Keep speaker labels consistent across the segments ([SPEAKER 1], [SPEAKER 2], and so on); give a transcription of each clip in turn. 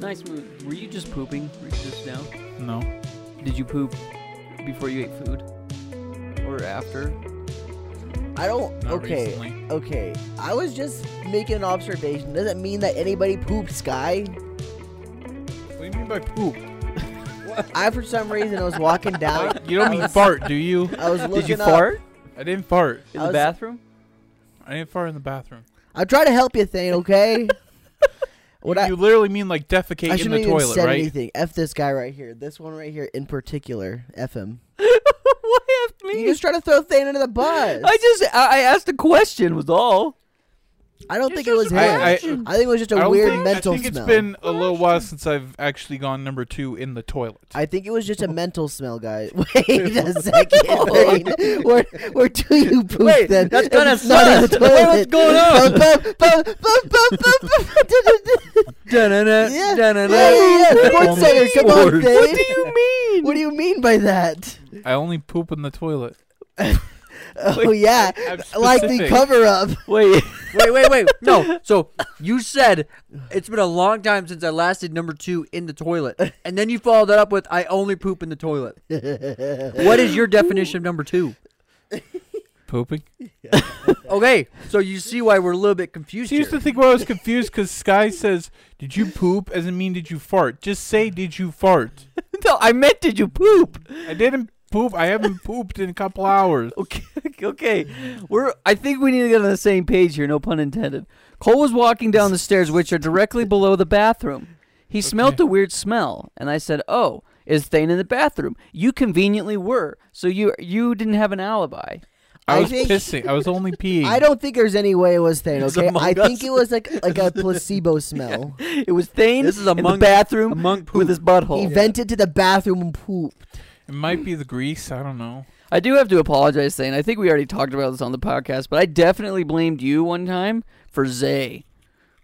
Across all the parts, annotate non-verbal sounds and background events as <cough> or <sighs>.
[SPEAKER 1] nice move. Were you just pooping Were you just now?
[SPEAKER 2] No.
[SPEAKER 1] Did you poop before you ate food? Or after?
[SPEAKER 3] I don't.
[SPEAKER 2] Not
[SPEAKER 3] okay.
[SPEAKER 2] recently.
[SPEAKER 3] Okay. I was just making an observation. Doesn't mean that anybody pooped Sky.
[SPEAKER 2] What do you mean by poop?
[SPEAKER 3] I, for some reason, I was walking down.
[SPEAKER 2] You don't
[SPEAKER 3] <laughs>
[SPEAKER 2] mean fart, do you?
[SPEAKER 3] I
[SPEAKER 2] <laughs>
[SPEAKER 3] was looking
[SPEAKER 1] Did you
[SPEAKER 3] up.
[SPEAKER 1] fart
[SPEAKER 2] I didn't fart.
[SPEAKER 1] in
[SPEAKER 3] I
[SPEAKER 1] the <laughs>
[SPEAKER 3] was-
[SPEAKER 1] bathroom?
[SPEAKER 2] I didn't fart in the bathroom.
[SPEAKER 3] I'm trying to help you, Thane.
[SPEAKER 2] <laughs>
[SPEAKER 3] Okay. what
[SPEAKER 2] you,
[SPEAKER 3] I,
[SPEAKER 2] you literally mean like defecate
[SPEAKER 3] I
[SPEAKER 2] in
[SPEAKER 3] shouldn't
[SPEAKER 2] the
[SPEAKER 3] even
[SPEAKER 2] toilet,
[SPEAKER 3] said
[SPEAKER 2] right?
[SPEAKER 3] anything. F this guy right here. This one right here in particular. F him.
[SPEAKER 1] Why have
[SPEAKER 3] You just try to throw Thane under the bus.
[SPEAKER 1] I just I I asked a question was all.
[SPEAKER 3] I don't
[SPEAKER 1] You're
[SPEAKER 3] think
[SPEAKER 1] so
[SPEAKER 3] it was him.
[SPEAKER 2] I-
[SPEAKER 3] I,
[SPEAKER 2] I-
[SPEAKER 1] surprised.
[SPEAKER 3] think it was just
[SPEAKER 2] I
[SPEAKER 3] a
[SPEAKER 2] don't
[SPEAKER 3] weird
[SPEAKER 2] think,
[SPEAKER 3] mental
[SPEAKER 2] I think
[SPEAKER 3] smell.
[SPEAKER 2] it's been a little while since I've actually gone number two in the toilet.
[SPEAKER 3] I think it
[SPEAKER 1] <laughs>
[SPEAKER 3] was just a mental smell, guys. <laughs> Wait a second. <laughs>
[SPEAKER 1] <laughs>
[SPEAKER 3] Wayne. Where, where do you poop
[SPEAKER 1] Wait,
[SPEAKER 3] then?
[SPEAKER 1] that's
[SPEAKER 3] If
[SPEAKER 1] kinda
[SPEAKER 3] it's not in the
[SPEAKER 1] sus. <laughs> Wait, what's
[SPEAKER 3] toilet.
[SPEAKER 1] going
[SPEAKER 3] <laughs>
[SPEAKER 1] on?
[SPEAKER 3] Bum, bum,
[SPEAKER 1] <laughs>
[SPEAKER 3] bum, bum, bum, bum, bum.
[SPEAKER 1] Da-na-na,
[SPEAKER 3] Yeah, yeah,
[SPEAKER 1] da-na-na.
[SPEAKER 3] yeah, yeah. Sports
[SPEAKER 1] Only
[SPEAKER 3] Center, come on,
[SPEAKER 1] sports.
[SPEAKER 3] Dave.
[SPEAKER 1] What do you mean?
[SPEAKER 3] What do you mean by that?
[SPEAKER 2] I only poop in the toilet.
[SPEAKER 3] Oh, yeah.
[SPEAKER 2] I'm
[SPEAKER 3] <laughs> Like the
[SPEAKER 2] specific.
[SPEAKER 3] cover up.
[SPEAKER 1] Wait.
[SPEAKER 4] wait, wait,
[SPEAKER 1] <laughs>
[SPEAKER 4] wait. No. So you said it's been a long time since I lasted number two in the toilet, and then you followed that up with I only poop in the toilet. What is your definition of number two?
[SPEAKER 2] Pooping.
[SPEAKER 4] Okay, so you see why we're a little bit confused
[SPEAKER 2] See, here's the
[SPEAKER 4] here.
[SPEAKER 2] thing where I was confused because Sky says, "Did you poop?" As in, mean did you fart? Just say, "Did you fart?"
[SPEAKER 1] No, I meant did you poop?
[SPEAKER 2] I didn't poop. I haven't pooped in a couple hours.
[SPEAKER 1] Okay, <laughs> okay. We're I think we need to get on the same page here, no pun intended. Cole was walking down the stairs which are
[SPEAKER 4] <laughs>
[SPEAKER 1] directly below the bathroom. He smelt a weird smell and I said, "Oh, is Thane in the bathroom?" You conveniently were. So you you didn't have an alibi.
[SPEAKER 2] I
[SPEAKER 3] I
[SPEAKER 2] was
[SPEAKER 3] think-
[SPEAKER 2] pissing. I was only peeing.
[SPEAKER 3] <laughs> I don't think there's any way it was Thane,
[SPEAKER 4] It's
[SPEAKER 3] okay?
[SPEAKER 4] Among
[SPEAKER 3] I think
[SPEAKER 4] Us.
[SPEAKER 3] it was like
[SPEAKER 1] <laughs>
[SPEAKER 3] like a placebo smell.
[SPEAKER 1] It was Thane
[SPEAKER 4] This is
[SPEAKER 1] in the
[SPEAKER 4] among-
[SPEAKER 1] bathroom
[SPEAKER 4] <laughs> among
[SPEAKER 1] with his
[SPEAKER 3] He
[SPEAKER 1] butthole.
[SPEAKER 3] vented to the bathroom and pooped.
[SPEAKER 2] It might be the grease. I don't know.
[SPEAKER 1] I do have to apologize, Thane. I think we already talked about this on the podcast, but I definitely blamed you one time for Zay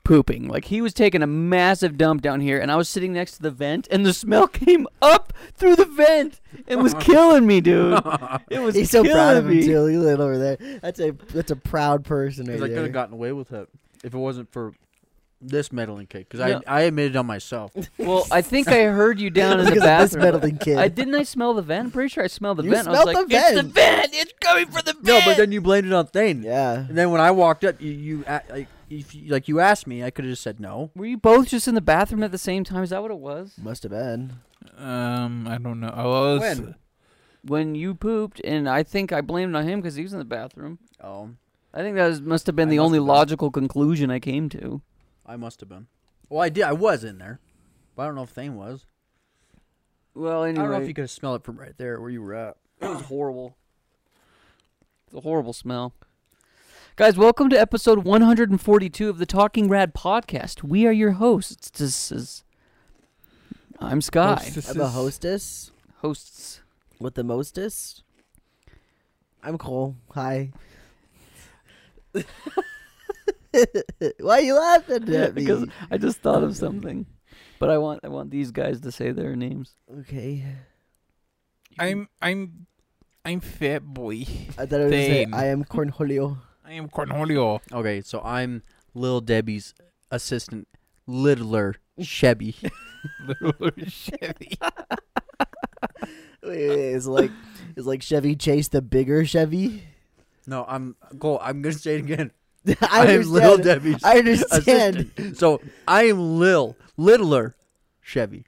[SPEAKER 1] pooping. Like he was taking a massive dump down here, and I was sitting next to the vent, and the smell <laughs> came up through the vent and
[SPEAKER 3] <laughs>
[SPEAKER 1] was killing me, dude. It was
[SPEAKER 3] He's so
[SPEAKER 1] killing
[SPEAKER 3] proud of him
[SPEAKER 1] me.
[SPEAKER 3] too. He lit over there. That's a that's a proud person right
[SPEAKER 4] Because I could
[SPEAKER 3] there.
[SPEAKER 4] have gotten away with it if it wasn't for this meddling kick. Because
[SPEAKER 1] Yeah.
[SPEAKER 4] I I admitted on <laughs> myself.
[SPEAKER 1] Well, I think I heard you down in
[SPEAKER 3] <laughs> Look
[SPEAKER 1] the
[SPEAKER 3] at this
[SPEAKER 1] bathroom.
[SPEAKER 3] meddling kid.
[SPEAKER 1] I didn't. I smell the vent. I'm pretty sure I smelled the
[SPEAKER 3] You
[SPEAKER 1] vent. I was
[SPEAKER 3] smelled
[SPEAKER 1] like,
[SPEAKER 3] the
[SPEAKER 1] "It's the
[SPEAKER 3] vent."
[SPEAKER 1] vent. It's coming from the vent."
[SPEAKER 4] no, but then you blamed it on Thane.
[SPEAKER 3] yeah.
[SPEAKER 4] And then when I walked up, you, you a- like, if you, like you asked me, I could have just said no.
[SPEAKER 1] were you both just in the bathroom at the same time? Is that what it was?
[SPEAKER 3] Must have been.
[SPEAKER 2] Um, I don't know. I was.
[SPEAKER 4] When?
[SPEAKER 1] When you pooped, and I think I blamed it on him because he was in the bathroom.
[SPEAKER 4] Oh,
[SPEAKER 1] I think that was, must have been
[SPEAKER 4] I
[SPEAKER 1] the
[SPEAKER 4] must
[SPEAKER 1] only
[SPEAKER 4] have been.
[SPEAKER 1] logical conclusion I came to.
[SPEAKER 4] I must have been. Well, I did. I was in there, but I don't know if Thane was.
[SPEAKER 1] Well,
[SPEAKER 4] I
[SPEAKER 1] anyway,
[SPEAKER 4] don't know if you could have smelled it from right there where you were at.
[SPEAKER 1] <clears throat> it was horrible. It's a horrible smell. Guys, welcome to episode 142 of the Talking Rad podcast. We are your hosts. This is I'm Sky.
[SPEAKER 2] Hostesses.
[SPEAKER 3] I'm a hostess
[SPEAKER 1] Hosts.
[SPEAKER 3] with the mostest. I'm Cole. Hi. <laughs> Why are you laughing at me?
[SPEAKER 1] because I just thought of something, but I want I want these guys to say their names.
[SPEAKER 3] Okay.
[SPEAKER 2] I'm. I'm. I'm fat
[SPEAKER 3] <laughs>
[SPEAKER 2] boy.
[SPEAKER 3] I thought I was gonna say
[SPEAKER 2] Thane.
[SPEAKER 3] I am Cornholio.
[SPEAKER 2] I am Cornelio.
[SPEAKER 4] Okay, so I'm Lil Debbie's assistant, littler Chevy.
[SPEAKER 2] Little Chevy.
[SPEAKER 3] <laughs> Wait, wait, wait, It's like it's like Chevy Chase the bigger Chevy.
[SPEAKER 4] <laughs> no, I'm Cole. I'm gonna say it again.
[SPEAKER 3] <laughs> I,
[SPEAKER 4] I, am Lil
[SPEAKER 3] understand.
[SPEAKER 4] Debbie's
[SPEAKER 3] I
[SPEAKER 4] <laughs>
[SPEAKER 3] understand.
[SPEAKER 4] assistant. So I am Lil, littler Chevy.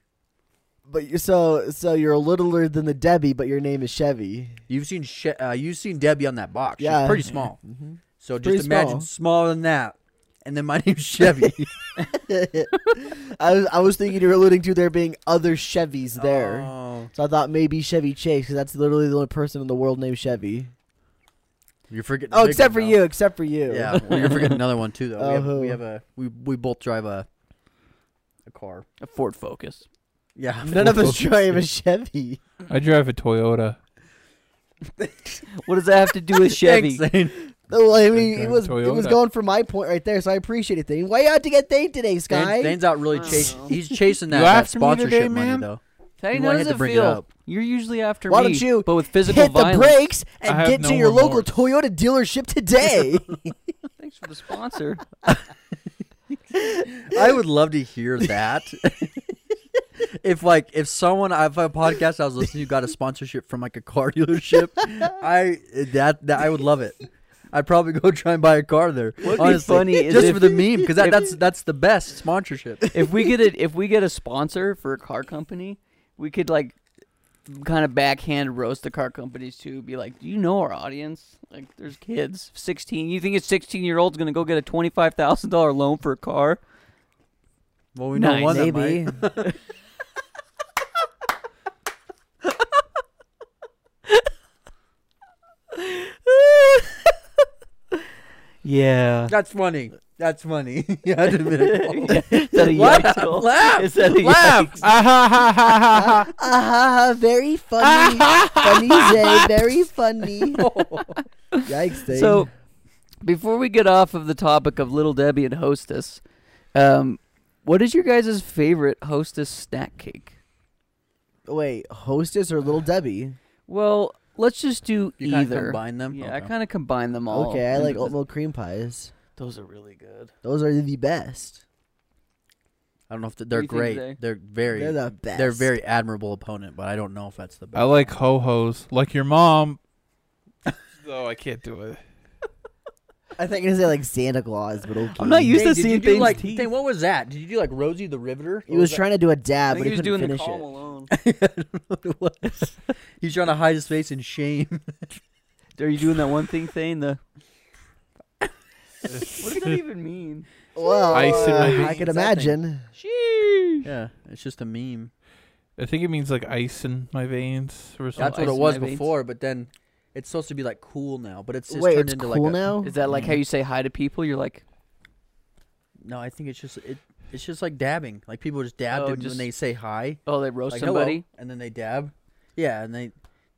[SPEAKER 3] But you so so you're littler than the Debbie, but your name is Chevy.
[SPEAKER 4] You've seen she- uh, you've seen Debbie on that box.
[SPEAKER 3] Yeah.
[SPEAKER 4] She's pretty small.
[SPEAKER 3] Mhm.
[SPEAKER 4] So
[SPEAKER 3] Pretty
[SPEAKER 4] just imagine
[SPEAKER 3] small.
[SPEAKER 4] smaller than that. And then my <laughs> name's
[SPEAKER 3] <laughs>
[SPEAKER 4] Chevy.
[SPEAKER 3] <laughs> I was I was thinking you were alluding to there being other Chevys there.
[SPEAKER 4] Oh.
[SPEAKER 3] So I thought maybe Chevy Chase, because that's literally the only person in the world named Chevy.
[SPEAKER 4] You're forgetting.
[SPEAKER 3] Oh,
[SPEAKER 4] the big
[SPEAKER 3] except for
[SPEAKER 4] one, though.
[SPEAKER 3] you, except for you.
[SPEAKER 4] Yeah, well, you're forgetting another one too, though.
[SPEAKER 3] Oh, <laughs>
[SPEAKER 4] we, have,
[SPEAKER 3] who?
[SPEAKER 4] we have a we we both drive a a car.
[SPEAKER 1] A Ford Focus.
[SPEAKER 4] Yeah,
[SPEAKER 3] <laughs> None of
[SPEAKER 4] <laughs>
[SPEAKER 3] us <laughs> drive a Chevy.
[SPEAKER 2] I drive a Toyota. <laughs>
[SPEAKER 1] What does that have to do <laughs> with Chevy?
[SPEAKER 4] Thanks, Zane.
[SPEAKER 3] Well, I mean,
[SPEAKER 2] drive
[SPEAKER 3] it
[SPEAKER 2] a
[SPEAKER 3] was it was
[SPEAKER 2] Toyota.
[SPEAKER 3] going for my point right there, so I appreciate it. Thane. Why you out to get Thane today,
[SPEAKER 4] Zane's,
[SPEAKER 3] Sky?
[SPEAKER 4] Zane's out really
[SPEAKER 1] I don't
[SPEAKER 4] chasing.
[SPEAKER 1] know.
[SPEAKER 4] He's chasing that,
[SPEAKER 2] You
[SPEAKER 4] that
[SPEAKER 2] after me today,
[SPEAKER 4] sponsorship
[SPEAKER 2] man?
[SPEAKER 4] money, though.
[SPEAKER 1] Hey,
[SPEAKER 4] You
[SPEAKER 1] how
[SPEAKER 4] wanna
[SPEAKER 1] does
[SPEAKER 4] have to
[SPEAKER 1] it
[SPEAKER 4] bring it
[SPEAKER 1] feel?
[SPEAKER 4] up.
[SPEAKER 1] You're usually after
[SPEAKER 3] Why
[SPEAKER 1] me,
[SPEAKER 3] don't you
[SPEAKER 1] but with physical
[SPEAKER 3] Hit the
[SPEAKER 1] violence.
[SPEAKER 3] brakes
[SPEAKER 2] I
[SPEAKER 3] and
[SPEAKER 2] have
[SPEAKER 3] get
[SPEAKER 2] no
[SPEAKER 3] to your local
[SPEAKER 2] remorse.
[SPEAKER 3] Toyota dealership <laughs> today.
[SPEAKER 1] <laughs> Thanks for the sponsor. <laughs>
[SPEAKER 4] I would love to hear that. if like if someone if a podcast I was listening to got a sponsorship from like a car <laughs> dealership, I that that I would love it. I'd probably go try and buy a car there.
[SPEAKER 1] What'd be
[SPEAKER 4] honestly,
[SPEAKER 1] funny is
[SPEAKER 4] just
[SPEAKER 1] if-
[SPEAKER 4] for the meme because
[SPEAKER 1] <laughs> if-
[SPEAKER 4] that, that's that's the best sponsorship.
[SPEAKER 1] if we get a if we get a sponsor for a car company, we could like kind of backhand roast the car companies too. Be like, do you know our audience? Like, there's kids, sixteen. You think a sixteen year old's gonna go get a twenty five thousand dollar loan for a car?
[SPEAKER 4] Well, we know
[SPEAKER 1] Nice.
[SPEAKER 4] one that
[SPEAKER 3] Maybe.
[SPEAKER 4] might.
[SPEAKER 1] <laughs> Yeah.
[SPEAKER 4] That's funny. That's funny. <laughs> you had to admit it. Paul.
[SPEAKER 1] <laughs> Is that a
[SPEAKER 4] Laugh,
[SPEAKER 1] yikes? Cole?
[SPEAKER 4] laugh,
[SPEAKER 1] Is that a
[SPEAKER 4] laugh.
[SPEAKER 1] yikes?
[SPEAKER 2] Ah ha ha ha ha ha.
[SPEAKER 3] Ah, very <laughs> funny. funny Zay, very <laughs> funny. Yikes, Zay.
[SPEAKER 1] So, before we get off of the topic of Little Debbie and Hostess, um, what is your guys' favorite Hostess snack cake?
[SPEAKER 3] wait, hostess or little Debbie?
[SPEAKER 1] Well, let's just do
[SPEAKER 4] You kind of
[SPEAKER 1] either.
[SPEAKER 4] combine them.
[SPEAKER 1] Yeah, I
[SPEAKER 4] Okay.
[SPEAKER 1] kind of combine them all.
[SPEAKER 3] okay, I
[SPEAKER 1] into
[SPEAKER 3] like
[SPEAKER 1] this-
[SPEAKER 3] oatmeal cream pies.
[SPEAKER 1] Those are really good.
[SPEAKER 3] Those are the best.
[SPEAKER 4] I don't know if th- they're
[SPEAKER 1] do you think,
[SPEAKER 4] great.
[SPEAKER 1] Zay?
[SPEAKER 4] They're very
[SPEAKER 3] They're the best.
[SPEAKER 4] they're very admirable opponent, but I don't know if that's the
[SPEAKER 2] I
[SPEAKER 4] best.
[SPEAKER 2] like ho hos, like your
[SPEAKER 3] <laughs>
[SPEAKER 2] mom. No, I can't do it.
[SPEAKER 3] I think I'm gonna say like Santa Claus, but okay.
[SPEAKER 1] I'm not used to
[SPEAKER 4] did you
[SPEAKER 1] seeing
[SPEAKER 4] do,
[SPEAKER 1] things
[SPEAKER 4] like,
[SPEAKER 1] teeth.
[SPEAKER 4] dang, what was that? Did you do like Rosie the Riveter?
[SPEAKER 3] He was trying to do a dab,
[SPEAKER 1] I
[SPEAKER 3] but
[SPEAKER 1] think
[SPEAKER 3] he,
[SPEAKER 1] he was doing
[SPEAKER 3] couldn't
[SPEAKER 1] the
[SPEAKER 3] finish
[SPEAKER 1] calm
[SPEAKER 3] it.
[SPEAKER 1] alone.
[SPEAKER 4] I don't know what it was. He's trying to <laughs> hide his face in shame.
[SPEAKER 1] Are you doing that one thing thing? The what <laughs> does that even mean?
[SPEAKER 3] Well,
[SPEAKER 2] Ice in my
[SPEAKER 3] uh, I
[SPEAKER 2] veins,
[SPEAKER 3] could
[SPEAKER 4] I think.
[SPEAKER 3] imagine.
[SPEAKER 1] Sheesh.
[SPEAKER 4] <laughs> Yeah, it's just a meme.
[SPEAKER 2] I think it means like ice in my veins or
[SPEAKER 4] That's
[SPEAKER 1] ice
[SPEAKER 2] something.
[SPEAKER 4] what it
[SPEAKER 1] in
[SPEAKER 4] was
[SPEAKER 1] my veins.
[SPEAKER 4] before, but then it's supposed to be like cool now, but it's just
[SPEAKER 3] Wait,
[SPEAKER 4] turned
[SPEAKER 3] it's
[SPEAKER 4] into
[SPEAKER 3] cool
[SPEAKER 4] like a,
[SPEAKER 3] now.
[SPEAKER 1] Is that like how you say hi to people? You're like,
[SPEAKER 4] No, I think it's just it. It's just like dabbing. Like people just dab
[SPEAKER 1] Oh,
[SPEAKER 4] and
[SPEAKER 1] just
[SPEAKER 4] when they say hi,
[SPEAKER 1] oh, they roast
[SPEAKER 4] like hello,
[SPEAKER 1] somebody.
[SPEAKER 4] and then they dab. Yeah, and they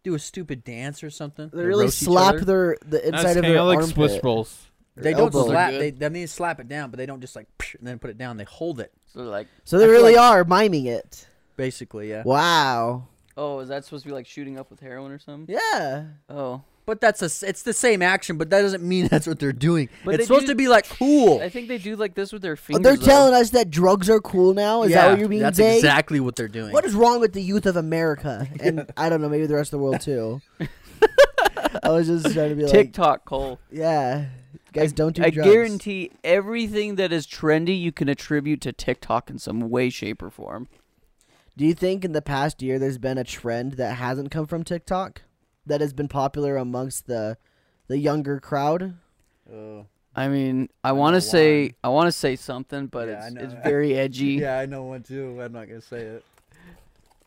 [SPEAKER 4] do a stupid dance or something.
[SPEAKER 3] They really
[SPEAKER 4] roast each
[SPEAKER 3] slap
[SPEAKER 4] other.
[SPEAKER 3] their the inside of
[SPEAKER 2] kinda
[SPEAKER 3] their
[SPEAKER 2] like
[SPEAKER 3] armpit.
[SPEAKER 2] Swiss rolls.
[SPEAKER 3] their
[SPEAKER 4] They don't
[SPEAKER 3] elbow.
[SPEAKER 4] slap. They that means slap it down, but they don't just like psh, and then put it down. They hold it
[SPEAKER 1] So they're like,
[SPEAKER 3] So they
[SPEAKER 4] I feel
[SPEAKER 3] really
[SPEAKER 4] like-
[SPEAKER 3] are miming it.
[SPEAKER 4] basically. Yeah.
[SPEAKER 3] Wow.
[SPEAKER 1] oh, is that supposed to be like shooting up with heroin or something?
[SPEAKER 3] Yeah.
[SPEAKER 1] Oh,
[SPEAKER 4] But that's a. s- It's the same action, but that doesn't mean <laughs> that's what they're doing.
[SPEAKER 1] But they
[SPEAKER 4] it's supposed
[SPEAKER 1] do-
[SPEAKER 4] to be like cool.
[SPEAKER 1] I think they do like this with their
[SPEAKER 3] Uh,
[SPEAKER 1] fingers.
[SPEAKER 3] They're
[SPEAKER 1] though.
[SPEAKER 3] telling us that drugs are cool now. Is that what you're being
[SPEAKER 4] That's
[SPEAKER 3] saying?
[SPEAKER 4] exactly what they're doing.
[SPEAKER 3] What is wrong with the youth of America? And
[SPEAKER 1] <laughs>
[SPEAKER 3] I don't know, maybe the rest of the world too. I was just trying to be like,
[SPEAKER 1] TikTok, Cole.
[SPEAKER 3] yeah, guys, don't do
[SPEAKER 1] I
[SPEAKER 3] drugs.
[SPEAKER 1] guarantee everything that is trendy you can attribute to TikTok in some way, shape, or form.
[SPEAKER 3] Do you think in the past year there's been a trend that hasn't come from TikTok that has been popular amongst the the younger crowd?
[SPEAKER 4] Oh.
[SPEAKER 1] I mean, I
[SPEAKER 4] know
[SPEAKER 1] want to say
[SPEAKER 4] why.
[SPEAKER 1] I want to say something, but
[SPEAKER 4] Yeah, I
[SPEAKER 1] it's
[SPEAKER 4] know.
[SPEAKER 1] it's
[SPEAKER 4] <laughs>
[SPEAKER 1] very <laughs> edgy.
[SPEAKER 4] I know one too. I'm not gonna say it.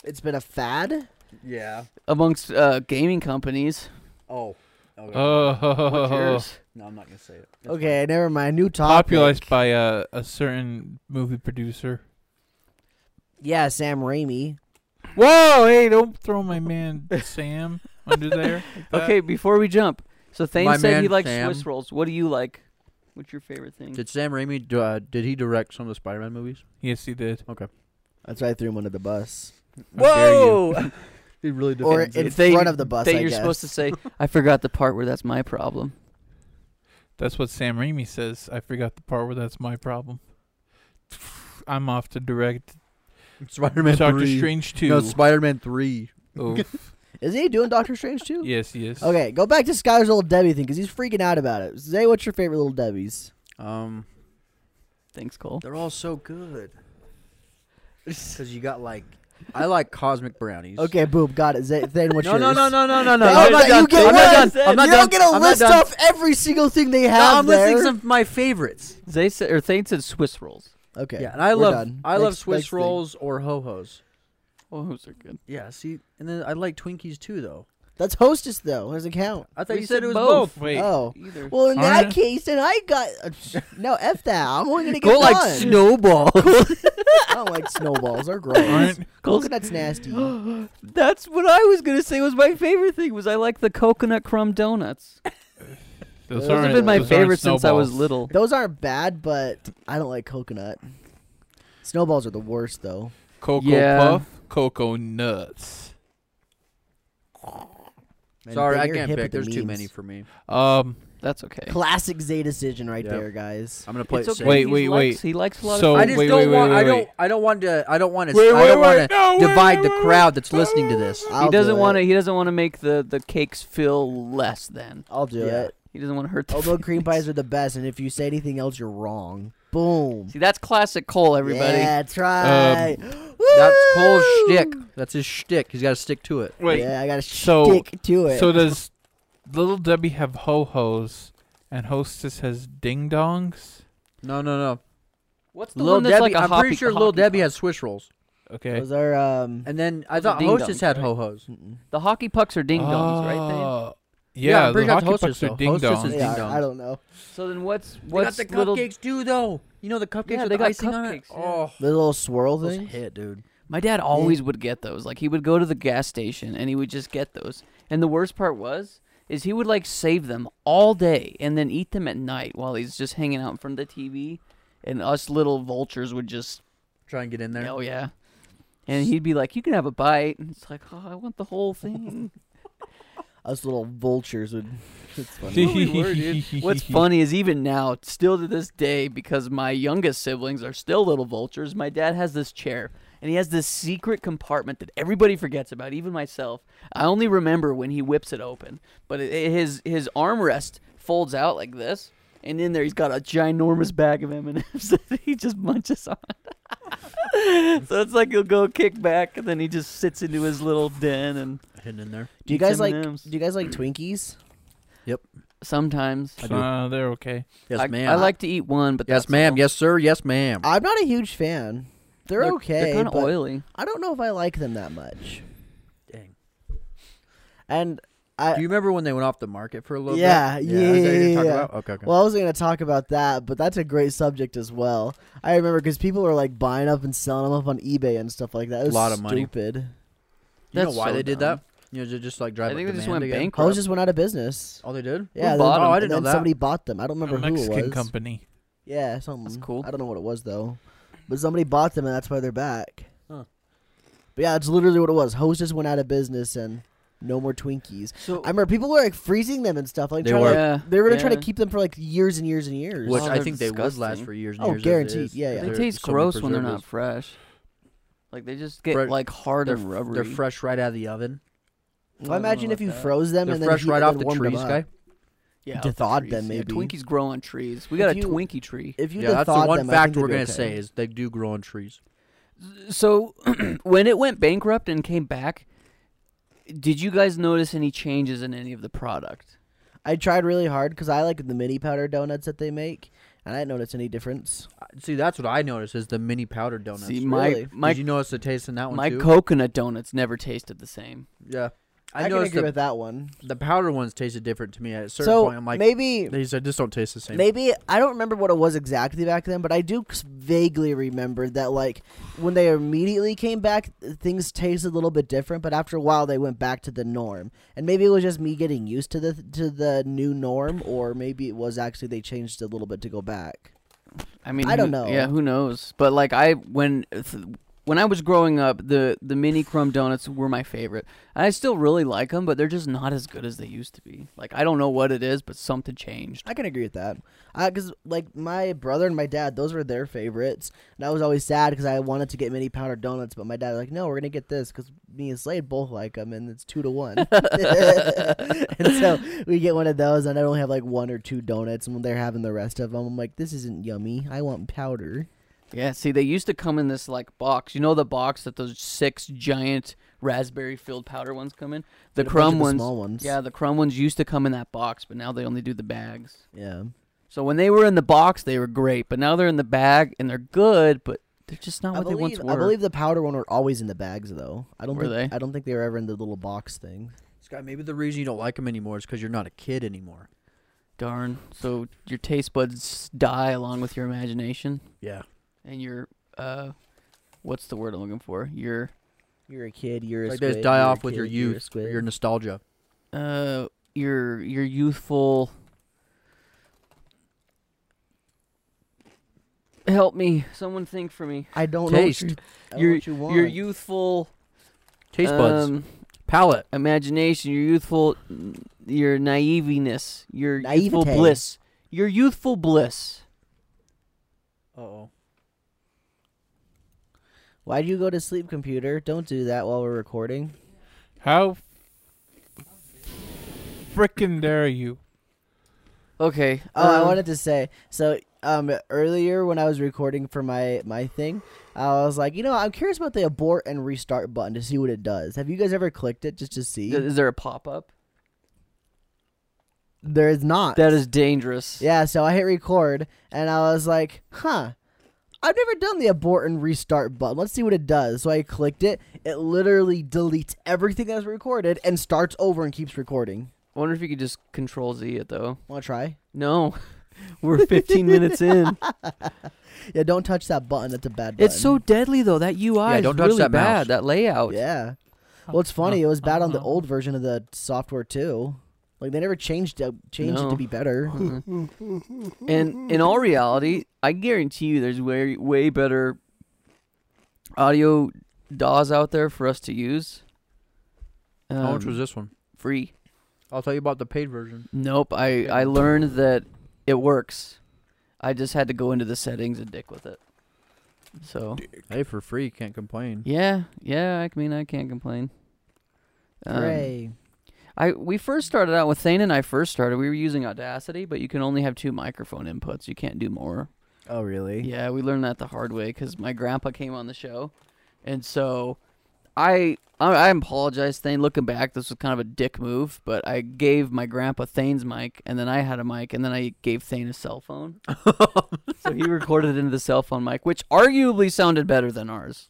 [SPEAKER 3] It's been a fad.
[SPEAKER 4] Yeah.
[SPEAKER 1] amongst uh, gaming companies.
[SPEAKER 4] Oh. Okay.
[SPEAKER 1] What's
[SPEAKER 2] Oh, <laughs>
[SPEAKER 1] yours?
[SPEAKER 4] no, I'm not gonna say it. It's
[SPEAKER 3] Okay, never mind. New topic.
[SPEAKER 2] popularized by a, a certain movie producer.
[SPEAKER 3] Yeah, Sam Raimi.
[SPEAKER 2] Whoa! Hey, don't throw my
[SPEAKER 3] <laughs>
[SPEAKER 2] man Sam under there. like that.
[SPEAKER 1] Okay, before we jump, so Thane
[SPEAKER 4] My
[SPEAKER 1] said he
[SPEAKER 4] man,
[SPEAKER 1] likes
[SPEAKER 4] Sam.
[SPEAKER 1] Swiss rolls. What do you like? What's your favorite thing?
[SPEAKER 4] fine. Did Sam Raimi? do- Uh, did he direct some of the Spider-Man movies?
[SPEAKER 2] Yes, he did.
[SPEAKER 3] That's why I threw him under the bus.
[SPEAKER 2] How dare you.
[SPEAKER 4] <laughs> he really
[SPEAKER 3] Or
[SPEAKER 4] defends
[SPEAKER 3] in
[SPEAKER 4] it.
[SPEAKER 1] They-
[SPEAKER 3] front of the bus.
[SPEAKER 1] Thane,
[SPEAKER 3] I
[SPEAKER 1] you're
[SPEAKER 3] guess.
[SPEAKER 1] supposed to
[SPEAKER 3] <laughs>
[SPEAKER 1] say, "I forgot the part where that's my problem."
[SPEAKER 2] That's what Sam Raimi says. I forgot the part where that's my problem. I'm off to direct
[SPEAKER 4] Spider-Man
[SPEAKER 2] Doctor
[SPEAKER 4] three.
[SPEAKER 2] Strange two.
[SPEAKER 4] No, Spider-Man three.
[SPEAKER 2] Oof.
[SPEAKER 4] <laughs>
[SPEAKER 3] Is he doing Doctor Strange too?
[SPEAKER 2] yes, yes.
[SPEAKER 3] Okay, go back to Skyler's little Debbie thing because he's freaking out about it. Zay, what's your favorite little Debbie's?
[SPEAKER 4] Um,
[SPEAKER 1] Thanks, Cole.
[SPEAKER 4] they're all
[SPEAKER 3] <laughs>
[SPEAKER 4] so good. Because you got like, I like cosmic brownies.
[SPEAKER 3] Okay, boom, got it. Zay, then what's
[SPEAKER 4] No,
[SPEAKER 3] yours?
[SPEAKER 4] no, no, no, no, no, no.
[SPEAKER 3] Hey,
[SPEAKER 4] I'm
[SPEAKER 3] you
[SPEAKER 4] not done.
[SPEAKER 3] get
[SPEAKER 4] I'm
[SPEAKER 3] one.
[SPEAKER 4] not done. I'm not
[SPEAKER 3] you
[SPEAKER 4] done.
[SPEAKER 3] don't get a
[SPEAKER 4] I'm not
[SPEAKER 3] list
[SPEAKER 4] done.
[SPEAKER 3] off every single thing they
[SPEAKER 4] No,
[SPEAKER 3] have.
[SPEAKER 4] I'm
[SPEAKER 3] there.
[SPEAKER 4] listing some of my favorites.
[SPEAKER 1] They said, or Thane said Swiss rolls.
[SPEAKER 3] Okay,
[SPEAKER 4] Yeah, and I
[SPEAKER 3] we're
[SPEAKER 4] love
[SPEAKER 3] done.
[SPEAKER 4] I love
[SPEAKER 3] Next-
[SPEAKER 4] Swiss
[SPEAKER 3] next thing.
[SPEAKER 4] rolls or ho hos.
[SPEAKER 1] Oh, those are good.
[SPEAKER 4] Yeah, see, and then I like Twinkies too, though.
[SPEAKER 3] That's Hostess though. Doesn't count.
[SPEAKER 4] I thought
[SPEAKER 1] We
[SPEAKER 4] you said,
[SPEAKER 1] said
[SPEAKER 4] it was
[SPEAKER 1] both.
[SPEAKER 4] both.
[SPEAKER 2] Wait.
[SPEAKER 1] Uh,
[SPEAKER 3] Oh,
[SPEAKER 1] Either.
[SPEAKER 3] well, in
[SPEAKER 2] Aren't
[SPEAKER 3] that
[SPEAKER 2] it?
[SPEAKER 3] case, then I got uh, no f that. I'm only gonna get
[SPEAKER 4] Go like
[SPEAKER 3] done.
[SPEAKER 4] snowball.
[SPEAKER 1] <laughs>
[SPEAKER 3] I don't like
[SPEAKER 1] <gasps>
[SPEAKER 3] snowballs. They're gross.
[SPEAKER 2] Aren't
[SPEAKER 1] Cole's-
[SPEAKER 3] Coconut's nasty.
[SPEAKER 1] <gasps> that's what I was gonna say was my favorite thing. Was I like the coconut crumb donuts?
[SPEAKER 2] those,
[SPEAKER 3] Those
[SPEAKER 1] <laughs>
[SPEAKER 3] have
[SPEAKER 1] Those
[SPEAKER 2] aren't,
[SPEAKER 1] have been my
[SPEAKER 2] those aren't
[SPEAKER 1] favorite since I was
[SPEAKER 2] snowballs.
[SPEAKER 1] little.
[SPEAKER 3] Those aren't bad, but I don't like coconut. Snowballs are the worst though.
[SPEAKER 2] Cocoa
[SPEAKER 1] Yeah.
[SPEAKER 2] puff, cocoa nuts.
[SPEAKER 3] Man,
[SPEAKER 4] Sorry,
[SPEAKER 3] Zay,
[SPEAKER 4] I
[SPEAKER 3] you're
[SPEAKER 4] can't
[SPEAKER 3] hip
[SPEAKER 4] pick.
[SPEAKER 3] with the
[SPEAKER 4] There's too
[SPEAKER 3] memes.
[SPEAKER 4] many for me.
[SPEAKER 2] Um,
[SPEAKER 1] That's okay.
[SPEAKER 3] Classic Zay decision right
[SPEAKER 4] Yep.
[SPEAKER 3] there, guys.
[SPEAKER 4] I'm gonna play
[SPEAKER 1] It's
[SPEAKER 4] it
[SPEAKER 1] okay.
[SPEAKER 4] safe.
[SPEAKER 2] Wait,
[SPEAKER 1] He
[SPEAKER 2] wait,
[SPEAKER 1] likes-
[SPEAKER 2] wait.
[SPEAKER 1] He likes a lot
[SPEAKER 2] So-
[SPEAKER 1] of.
[SPEAKER 4] I just
[SPEAKER 2] wait,
[SPEAKER 4] don't
[SPEAKER 2] wait, wait,
[SPEAKER 4] want.
[SPEAKER 2] wait,
[SPEAKER 4] I don't.
[SPEAKER 2] wait.
[SPEAKER 4] I don't want to. I don't want to.
[SPEAKER 2] Wait,
[SPEAKER 4] I don't
[SPEAKER 2] wait,
[SPEAKER 4] want
[SPEAKER 2] wait,
[SPEAKER 4] to
[SPEAKER 2] no, wait,
[SPEAKER 4] divide
[SPEAKER 2] wait,
[SPEAKER 4] the
[SPEAKER 2] wait.
[SPEAKER 4] crowd that's listening to this.
[SPEAKER 1] He
[SPEAKER 3] I'll
[SPEAKER 1] doesn't
[SPEAKER 3] do
[SPEAKER 1] want to.
[SPEAKER 3] it.
[SPEAKER 1] He doesn't want to make the the cakes feel less than.
[SPEAKER 3] I'll do
[SPEAKER 4] Yeah.
[SPEAKER 3] it.
[SPEAKER 1] He doesn't want to hurt. The
[SPEAKER 3] Although cream
[SPEAKER 1] feelings.
[SPEAKER 3] pies are the best, and if you say anything else, you're wrong. Boom.
[SPEAKER 1] See, that's classic Cole. Everybody.
[SPEAKER 3] Yeah, that's right. <gasps>
[SPEAKER 4] That's Cole's
[SPEAKER 3] Woo!
[SPEAKER 4] shtick. That's his shtick. He's got to stick to it.
[SPEAKER 2] Wait.
[SPEAKER 3] Yeah, I gotta
[SPEAKER 2] So-
[SPEAKER 3] stick to it.
[SPEAKER 2] So does Little Debbie have ho hos and Hostess has ding dongs?
[SPEAKER 4] No, no, no.
[SPEAKER 1] What's the
[SPEAKER 4] Little
[SPEAKER 1] one that's like
[SPEAKER 4] Debbie.
[SPEAKER 1] a
[SPEAKER 4] I'm
[SPEAKER 1] hoppy,
[SPEAKER 4] pretty sure
[SPEAKER 1] a
[SPEAKER 4] Little
[SPEAKER 1] hockey
[SPEAKER 4] Debbie
[SPEAKER 1] puck?
[SPEAKER 4] has swish rolls.
[SPEAKER 2] Okay.
[SPEAKER 3] those are um.
[SPEAKER 4] And then I
[SPEAKER 1] Those are
[SPEAKER 4] thought
[SPEAKER 1] ding
[SPEAKER 4] Hostess
[SPEAKER 1] dongs,
[SPEAKER 4] had
[SPEAKER 1] right?
[SPEAKER 4] ho hos.
[SPEAKER 3] mm-mm.
[SPEAKER 1] The hockey pucks are ding dongs, right?
[SPEAKER 2] Oh,
[SPEAKER 4] Yeah,
[SPEAKER 2] Yeah,
[SPEAKER 4] I'm
[SPEAKER 2] the
[SPEAKER 4] pretty sure
[SPEAKER 2] hockey
[SPEAKER 4] it's
[SPEAKER 2] pucks
[SPEAKER 4] Hostess,
[SPEAKER 2] are
[SPEAKER 4] though.
[SPEAKER 2] ding
[SPEAKER 4] Hostess is
[SPEAKER 2] dongs.
[SPEAKER 3] They are.
[SPEAKER 4] dong.
[SPEAKER 3] I don't know.
[SPEAKER 1] Then? So then, what's
[SPEAKER 4] They
[SPEAKER 1] what's
[SPEAKER 4] got the
[SPEAKER 1] little?
[SPEAKER 4] cupcakes too, though. You know the cupcakes
[SPEAKER 1] Yeah,
[SPEAKER 4] with
[SPEAKER 1] they
[SPEAKER 4] the
[SPEAKER 1] got
[SPEAKER 4] icing on it.
[SPEAKER 1] cupcakes, yeah.
[SPEAKER 4] Oh,
[SPEAKER 3] The little swirl
[SPEAKER 4] those
[SPEAKER 3] thing.
[SPEAKER 4] hit, dude.
[SPEAKER 1] My dad always would get those. Like he would go to the gas station and he would just get those. And the worst part was is he would like save them all day and then eat them at night while he's just hanging out in front of the TV and us little vultures would just
[SPEAKER 4] Try and get in there.
[SPEAKER 1] oh yeah. And he'd be like, "You can have a bite." And it's like, "Oh, I want the whole thing."
[SPEAKER 3] Us little vultures would. <laughs> It's funny.
[SPEAKER 1] That's what
[SPEAKER 3] <laughs>
[SPEAKER 1] we were, dude. What's funny is even now, still to this day, because my youngest siblings are still little vultures, my dad has this chair. And he has this secret compartment that everybody forgets about, even myself. I only remember when he whips it open. But it, it- his his armrest folds out like this, and in there he's got a ginormous bag of M and M's <laughs> that he just munches on. <laughs> so it's like he'll go kick back, and then he just sits into his little den and.
[SPEAKER 4] Hidden in there.
[SPEAKER 3] Do you guys
[SPEAKER 1] eats
[SPEAKER 3] like?
[SPEAKER 1] M&Ms.
[SPEAKER 3] Do you guys like Twinkies?
[SPEAKER 1] Sometimes
[SPEAKER 4] I do.
[SPEAKER 2] Uh, they're okay.
[SPEAKER 4] Yes,
[SPEAKER 1] I,
[SPEAKER 4] ma'am.
[SPEAKER 1] I like to eat one, but
[SPEAKER 4] Yes,
[SPEAKER 1] that's
[SPEAKER 4] ma'am.
[SPEAKER 1] all.
[SPEAKER 4] Yes, sir. Yes, ma'am.
[SPEAKER 3] I'm not a huge fan. They're, okay.
[SPEAKER 1] They're kind of
[SPEAKER 3] but
[SPEAKER 1] oily.
[SPEAKER 3] I don't know if I like them that much.
[SPEAKER 4] Dang.
[SPEAKER 3] And
[SPEAKER 4] Do
[SPEAKER 3] I
[SPEAKER 4] you remember when they went off the market for a little
[SPEAKER 3] Yeah,
[SPEAKER 4] bit?
[SPEAKER 3] yeah,
[SPEAKER 4] Is that what you're
[SPEAKER 3] yeah,
[SPEAKER 4] talking
[SPEAKER 3] yeah.
[SPEAKER 4] about? Okay, okay.
[SPEAKER 3] well, I was going to talk about that, but that's a great subject as well. I remember because people were like buying up and selling them up on eBay and stuff like that. It was
[SPEAKER 4] Lot of money.
[SPEAKER 3] Stupid.
[SPEAKER 4] you know
[SPEAKER 1] That's
[SPEAKER 4] why
[SPEAKER 1] so
[SPEAKER 4] they did
[SPEAKER 1] dumb.
[SPEAKER 4] that? You know, to just like
[SPEAKER 1] I
[SPEAKER 4] drive. up
[SPEAKER 1] think they just
[SPEAKER 4] demand
[SPEAKER 1] went
[SPEAKER 4] again?
[SPEAKER 1] bankrupt.
[SPEAKER 3] Hoes just went out of business.
[SPEAKER 4] Oh, they did.
[SPEAKER 3] Yeah,
[SPEAKER 1] bought
[SPEAKER 3] then-
[SPEAKER 1] them?
[SPEAKER 4] Oh, I
[SPEAKER 3] and
[SPEAKER 4] didn't
[SPEAKER 3] then
[SPEAKER 4] know that.
[SPEAKER 3] Somebody bought them. I don't
[SPEAKER 2] A
[SPEAKER 3] remember who it
[SPEAKER 2] Mexican
[SPEAKER 3] was.
[SPEAKER 2] company.
[SPEAKER 3] Yeah, something.
[SPEAKER 1] cool.
[SPEAKER 3] I don't know what it was though, but somebody bought them and that's why they're back.
[SPEAKER 4] Huh.
[SPEAKER 3] But yeah, that's literally what it was. Hoes just went out of business and no more Twinkies.
[SPEAKER 1] So
[SPEAKER 3] I remember people were like freezing them and stuff. Like
[SPEAKER 4] They
[SPEAKER 3] trying
[SPEAKER 4] were.
[SPEAKER 3] To,
[SPEAKER 1] Yeah,
[SPEAKER 3] they were gonna try to
[SPEAKER 1] yeah.
[SPEAKER 3] keep them for like years and years and years.
[SPEAKER 4] Which
[SPEAKER 1] Oh,
[SPEAKER 4] I
[SPEAKER 1] they're
[SPEAKER 4] think they would last
[SPEAKER 1] disgusting.
[SPEAKER 4] for years. And
[SPEAKER 3] Oh,
[SPEAKER 4] years as it
[SPEAKER 3] guaranteed.
[SPEAKER 4] is.
[SPEAKER 3] Yeah, yeah.
[SPEAKER 1] They
[SPEAKER 4] They're
[SPEAKER 1] taste
[SPEAKER 4] so many
[SPEAKER 1] gross when they're not
[SPEAKER 4] preservatives.
[SPEAKER 1] fresh. Like they just get
[SPEAKER 4] Fre-
[SPEAKER 1] like hard
[SPEAKER 4] They're,
[SPEAKER 1] and
[SPEAKER 4] f-
[SPEAKER 1] rubbery.
[SPEAKER 4] they're fresh right out of the oven.
[SPEAKER 1] I
[SPEAKER 3] Well,
[SPEAKER 1] don't know
[SPEAKER 3] imagine if
[SPEAKER 1] about
[SPEAKER 3] you
[SPEAKER 1] that.
[SPEAKER 3] froze them
[SPEAKER 4] They're
[SPEAKER 3] and then
[SPEAKER 4] fresh
[SPEAKER 3] heat-
[SPEAKER 4] right
[SPEAKER 3] then
[SPEAKER 4] off the
[SPEAKER 3] warmed them
[SPEAKER 4] trees,
[SPEAKER 3] up.
[SPEAKER 4] guy.
[SPEAKER 1] Yeah,
[SPEAKER 3] to
[SPEAKER 1] off
[SPEAKER 3] thawed
[SPEAKER 1] trees.
[SPEAKER 3] them,
[SPEAKER 1] Yeah,
[SPEAKER 3] maybe.
[SPEAKER 1] Twinkies grow on trees. We
[SPEAKER 3] If
[SPEAKER 1] got a
[SPEAKER 3] you-
[SPEAKER 1] Twinkie tree.
[SPEAKER 3] If you
[SPEAKER 4] Yeah, that's the
[SPEAKER 3] thawed
[SPEAKER 4] one
[SPEAKER 3] them, I think
[SPEAKER 4] fact
[SPEAKER 3] they'd
[SPEAKER 4] we're
[SPEAKER 3] be
[SPEAKER 4] gonna
[SPEAKER 3] okay.
[SPEAKER 4] say is they do grow on trees.
[SPEAKER 1] So <clears throat> when it went bankrupt and came back, did you guys notice any changes in any of the product?
[SPEAKER 3] I tried really hard because I like the mini powder donuts that they make, and I didn't notice any difference.
[SPEAKER 4] Uh, See, that's what I noticed is the mini powdered donuts.
[SPEAKER 1] See, my
[SPEAKER 3] really.
[SPEAKER 1] my
[SPEAKER 4] Did you notice the taste in that one
[SPEAKER 1] my
[SPEAKER 4] too?
[SPEAKER 1] coconut donuts never tasted the same.
[SPEAKER 4] yeah,
[SPEAKER 3] I,
[SPEAKER 4] I,
[SPEAKER 3] can
[SPEAKER 4] noticed
[SPEAKER 3] agree
[SPEAKER 4] the,
[SPEAKER 3] with that one.
[SPEAKER 4] the powder ones tasted different to me at a certain
[SPEAKER 3] So
[SPEAKER 4] point. I'm like,
[SPEAKER 3] maybe
[SPEAKER 4] these I just don't taste the same.
[SPEAKER 3] Maybe I don't remember what it was exactly back then, but I do c- vaguely remember that like when they immediately came back, things tasted a little bit different. But after a while, they went back to the norm, and maybe it was just me getting used to the to the new norm, or maybe it was actually they changed it a little bit to go back.
[SPEAKER 1] I mean,
[SPEAKER 3] I don't
[SPEAKER 1] who-
[SPEAKER 3] know.
[SPEAKER 1] Yeah, who knows? But like I when when I was growing up, the the mini crumb donuts were my favorite. And I still really like them, but they're just not as good as they used to be. Like I don't know what it is, but something changed.
[SPEAKER 3] I can agree with that, because like my brother and my dad, those were their favorites, and I was always sad because I wanted to get mini powdered donuts, but my dad was like, no, we're gonna get this because me and Slade both like them, and it's two to one. <laughs> and so we get one of those, and I only have like one or two donuts, and when they're having the rest of them, I'm like, this isn't yummy. I want powder.
[SPEAKER 1] Yeah, see, they used to come in this like box. You know the box that those six giant raspberry filled powder ones come in. The
[SPEAKER 3] Get a bunch of
[SPEAKER 1] crumb
[SPEAKER 3] the
[SPEAKER 1] ones,
[SPEAKER 3] small ones.
[SPEAKER 1] yeah, the crumb ones used to come in that box, but now they only do the bags.
[SPEAKER 3] Yeah.
[SPEAKER 1] So when they were in the box, they were great, but now they're in the bag and they're good, but they're just not
[SPEAKER 3] I
[SPEAKER 1] what they once
[SPEAKER 3] believe,
[SPEAKER 1] were.
[SPEAKER 3] I believe the powder one were always in the bags though. I don't
[SPEAKER 1] Were
[SPEAKER 3] think
[SPEAKER 1] they?
[SPEAKER 3] I don't think they were ever in the little box thing.
[SPEAKER 4] Scott, maybe the reason you don't like them anymore is because you're not a kid anymore.
[SPEAKER 1] Darn. So your taste buds die along with your imagination
[SPEAKER 4] Yeah,
[SPEAKER 1] and your uh what's the word I'm looking for? Your
[SPEAKER 3] You're a kid. You're a
[SPEAKER 4] like
[SPEAKER 3] squid,
[SPEAKER 4] they just die
[SPEAKER 3] you're a
[SPEAKER 4] off with
[SPEAKER 3] kid,
[SPEAKER 4] your
[SPEAKER 3] you're a
[SPEAKER 4] youth, or
[SPEAKER 3] squid.
[SPEAKER 4] your nostalgia.
[SPEAKER 1] uh your your youthful Help me. Someone think for me.
[SPEAKER 3] I don't
[SPEAKER 4] Taste.
[SPEAKER 3] know. What you, I don't know
[SPEAKER 1] Your-
[SPEAKER 3] what you want.
[SPEAKER 1] Your youthful
[SPEAKER 4] Taste buds,
[SPEAKER 1] um,
[SPEAKER 4] palate.
[SPEAKER 1] imagination, your youthful n- your naiveness, your youthful
[SPEAKER 3] Naivete.
[SPEAKER 1] bliss, your youthful bliss.
[SPEAKER 4] oh.
[SPEAKER 3] Why do you go to sleep, computer? Don't do that while we're recording.
[SPEAKER 2] How frickin' dare you?
[SPEAKER 1] Okay.
[SPEAKER 3] Oh, I
[SPEAKER 1] um,
[SPEAKER 3] wanted to say so. Um, earlier when I was recording for my my thing, I was like, you know, I'm curious about the abort and restart button to see what it does. Have you guys ever clicked it just to see?
[SPEAKER 1] Is there a pop up?
[SPEAKER 3] There is not.
[SPEAKER 1] That is dangerous.
[SPEAKER 3] Yeah, so I hit record and I was like, huh, I've never done the abort and restart button. Let's see what it does. So I clicked it. It literally deletes everything that was recorded and starts over and keeps recording.
[SPEAKER 1] I wonder if you could just control Z it though.
[SPEAKER 3] Want to try?
[SPEAKER 1] No. <laughs> We're 15 minutes in.
[SPEAKER 3] Yeah, don't touch that button. That's a bad
[SPEAKER 1] <laughs>
[SPEAKER 3] button.
[SPEAKER 1] It's so deadly though. That UI
[SPEAKER 4] Yeah,
[SPEAKER 1] is
[SPEAKER 4] don't touch
[SPEAKER 1] really
[SPEAKER 4] that
[SPEAKER 1] bad.
[SPEAKER 4] mouse.
[SPEAKER 1] That layout.
[SPEAKER 3] Yeah.
[SPEAKER 2] Oh,
[SPEAKER 3] Well, it's funny. It was bad on the
[SPEAKER 2] uh-huh.
[SPEAKER 3] old version of the software, too. Like, they never changed, uh, changed it
[SPEAKER 1] No.
[SPEAKER 3] to be better.
[SPEAKER 1] <laughs> And in all reality, I guarantee you, there's way way better audio DAWs out there for us to use.
[SPEAKER 4] How much
[SPEAKER 1] Um,
[SPEAKER 4] was this one?
[SPEAKER 1] free?
[SPEAKER 4] I'll tell you about the paid version.
[SPEAKER 1] Nope. I I learned that it works. I just had to go into the settings and dick with it. So
[SPEAKER 4] Hey, for free, can't complain.
[SPEAKER 1] yeah, yeah. I mean, I can't complain. Um,
[SPEAKER 3] Hooray.
[SPEAKER 1] I we first started out with Thane and I first started. We were using Audacity, but you can only have two microphone inputs. You can't do more.
[SPEAKER 3] oh,
[SPEAKER 4] <laughs>
[SPEAKER 3] really?
[SPEAKER 1] Yeah, we learned that the hard way because my grandpa came on the show, and so I I, I apologize, Thane. Looking back, this was kind of a dick move, but I gave my grandpa Thane's mic, and then I had a mic, and then I gave Thane a cell phone, so he recorded into the cell phone mic, which arguably sounded better than ours,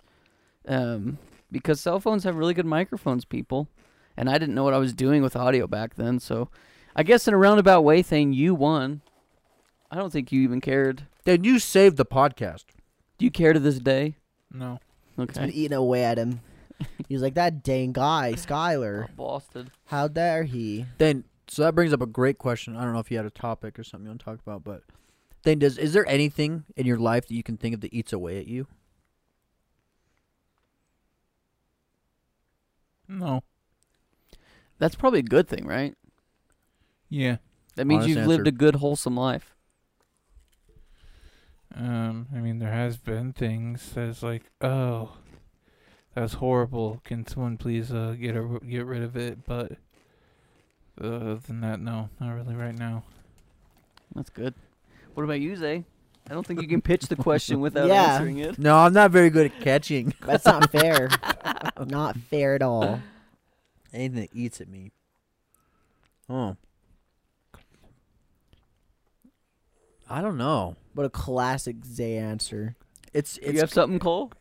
[SPEAKER 1] um, because cell phones have really good microphones, people, and I didn't know what I was doing with audio back then, so I guess in a roundabout way, Thane, you won. I don't think you even cared.
[SPEAKER 4] Then you saved the podcast.
[SPEAKER 1] Do you care to this day?
[SPEAKER 2] No.
[SPEAKER 3] It's been
[SPEAKER 1] Okay.
[SPEAKER 3] eating away at him. He's like, that dang
[SPEAKER 1] <laughs> Oh.
[SPEAKER 3] guy, Skyler.
[SPEAKER 1] Boston.
[SPEAKER 3] How
[SPEAKER 1] <laughs>
[SPEAKER 3] dare he?
[SPEAKER 4] Then, so that brings up a great question. I don't know if you had a topic or something you want to talk about, but then does is there anything in your life that you can think of that eats away at <laughs> you?
[SPEAKER 2] No.
[SPEAKER 1] That's probably a good thing, right?
[SPEAKER 2] Yeah.
[SPEAKER 1] That means
[SPEAKER 4] Honest
[SPEAKER 1] you've lived
[SPEAKER 4] answer.
[SPEAKER 1] a good, wholesome life.
[SPEAKER 2] Um, I mean, there has been things that's like, oh, that was horrible. Can someone please uh get a, get rid of it? But uh, other than that, no, not really right now.
[SPEAKER 1] That's good. What about you, Zay? I don't think you can pitch the
[SPEAKER 3] <laughs>
[SPEAKER 1] question without
[SPEAKER 3] Yeah.
[SPEAKER 1] answering it.
[SPEAKER 4] No, I'm not very good at catching.
[SPEAKER 3] That's
[SPEAKER 1] <laughs>
[SPEAKER 3] not fair. not fair at all.
[SPEAKER 4] <laughs> anything that eats at me. Oh. I don't know.
[SPEAKER 3] What a classic Zay answer.
[SPEAKER 4] It's
[SPEAKER 1] you
[SPEAKER 4] it's
[SPEAKER 1] have something, Cole?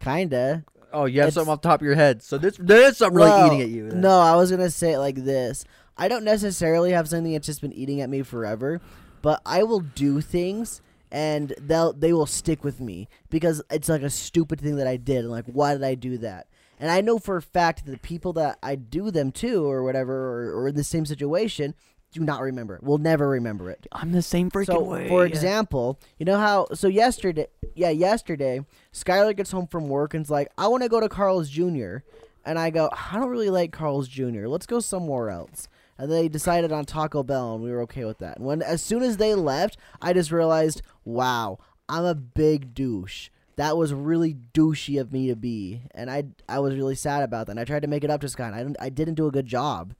[SPEAKER 3] Kinda.
[SPEAKER 4] oh you have
[SPEAKER 3] it's-
[SPEAKER 4] something off the top of your head. So this there is something really
[SPEAKER 3] Well,
[SPEAKER 4] eating at you. then.
[SPEAKER 3] No, I was gonna say it like this. I don't necessarily have something that's just been eating at me forever, but I will do things and they'll they will stick with me because it's like a stupid thing that I did and like why did I do that? And I know for a fact that the people that I do them to or whatever or, or in the same situation do not remember it. Will never remember it.
[SPEAKER 1] I'm the same freaking
[SPEAKER 3] so
[SPEAKER 1] way.
[SPEAKER 3] for example you know how so yesterday yeah yesterday skylar gets home from work and's like i want to go to carl's jr and i go i don't really like carl's jr let's go somewhere else and they decided on taco bell and we were okay with that and when as soon as they left i just realized wow i'm a big douche that was really douchey of me to be and i i was really sad about that and i tried to make it up to sky and i didn't i didn't do a good job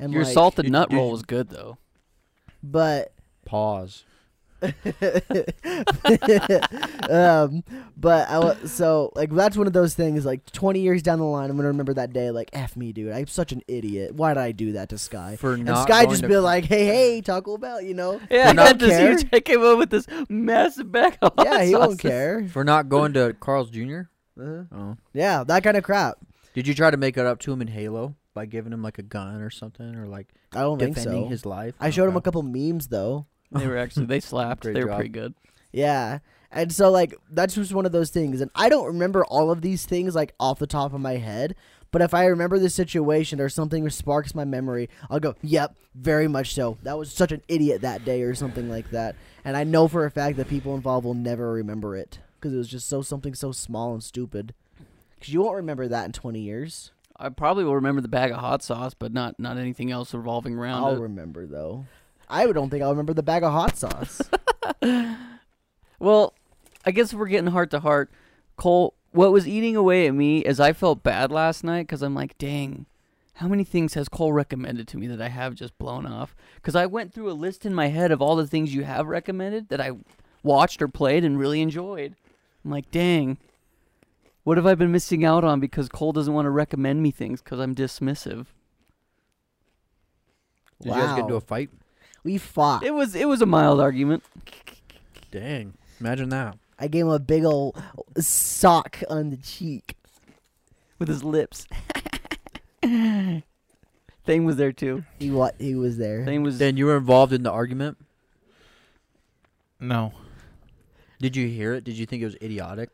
[SPEAKER 3] and
[SPEAKER 1] Your
[SPEAKER 3] like,
[SPEAKER 1] salted
[SPEAKER 2] Did-
[SPEAKER 1] nut
[SPEAKER 2] did
[SPEAKER 1] roll
[SPEAKER 2] you-
[SPEAKER 1] was good, though.
[SPEAKER 3] but
[SPEAKER 4] Pause.
[SPEAKER 3] um, but I was so like that's one of those things. Like twenty years down the line, I'm gonna remember that day. Like f me, dude. I'm such an idiot. Why did I do that to Sky?
[SPEAKER 4] For
[SPEAKER 3] And
[SPEAKER 4] not
[SPEAKER 3] Sky
[SPEAKER 4] going
[SPEAKER 3] just
[SPEAKER 4] to-
[SPEAKER 3] be
[SPEAKER 4] <laughs>
[SPEAKER 3] like, hey, hey, Taco Bell, you know?
[SPEAKER 1] Yeah,
[SPEAKER 4] I
[SPEAKER 1] I
[SPEAKER 4] not
[SPEAKER 1] had
[SPEAKER 3] had
[SPEAKER 1] to
[SPEAKER 3] to see you
[SPEAKER 1] see you <laughs> came up with this massive back of
[SPEAKER 3] Yeah, he won't care.
[SPEAKER 4] For not going <laughs> to Carl's Jr. Oh.
[SPEAKER 3] Yeah, that kind of crap.
[SPEAKER 4] Did you try to make it up to him in Halo by giving him like a gun or something or like
[SPEAKER 3] I don't think
[SPEAKER 4] defending
[SPEAKER 3] so.
[SPEAKER 4] his life?
[SPEAKER 3] I showed him a
[SPEAKER 4] Okay.
[SPEAKER 3] couple memes though.
[SPEAKER 1] <laughs> They were actually, they slapped.
[SPEAKER 4] Great
[SPEAKER 1] they were
[SPEAKER 4] job.
[SPEAKER 1] pretty good.
[SPEAKER 3] Yeah. And so like that's just one of those things and I don't remember all of these things like off the top of my head, but if I remember the situation or something sparks my memory, I'll go, "Yep, very much so. That was such an idiot that day or something like that." And I know for a fact that people involved will never remember it cuz it was just so something so small and stupid. Cuz you won't remember that in 20 years.
[SPEAKER 1] I probably will remember the bag of hot sauce, but not not anything else revolving around
[SPEAKER 3] I'll
[SPEAKER 1] it.
[SPEAKER 3] remember though. I don't think I'll remember the bag of hot sauce.
[SPEAKER 1] Well, I guess we're getting heart to heart. Cole, what was eating away at me is I felt bad last night because I'm like, dang, how many things has Cole recommended to me that I have just blown off? Because I went through a list in my head of all the things you have recommended that I watched or played and really enjoyed. I'm like, dang, what have I been missing out on because Cole doesn't want to recommend me things because I'm dismissive.
[SPEAKER 4] Did you guys get into
[SPEAKER 3] Wow.
[SPEAKER 4] a fight?
[SPEAKER 3] we fought.
[SPEAKER 1] It was it was a mild argument.
[SPEAKER 4] Dang. Imagine that.
[SPEAKER 3] I gave him a big old sock on the cheek.
[SPEAKER 1] with his lips. <laughs> Thing was there too.
[SPEAKER 3] He what? He was there.
[SPEAKER 1] Thing was
[SPEAKER 4] Then you were involved in the argument.
[SPEAKER 2] No,
[SPEAKER 4] Did you hear it? Did you think it was idiotic?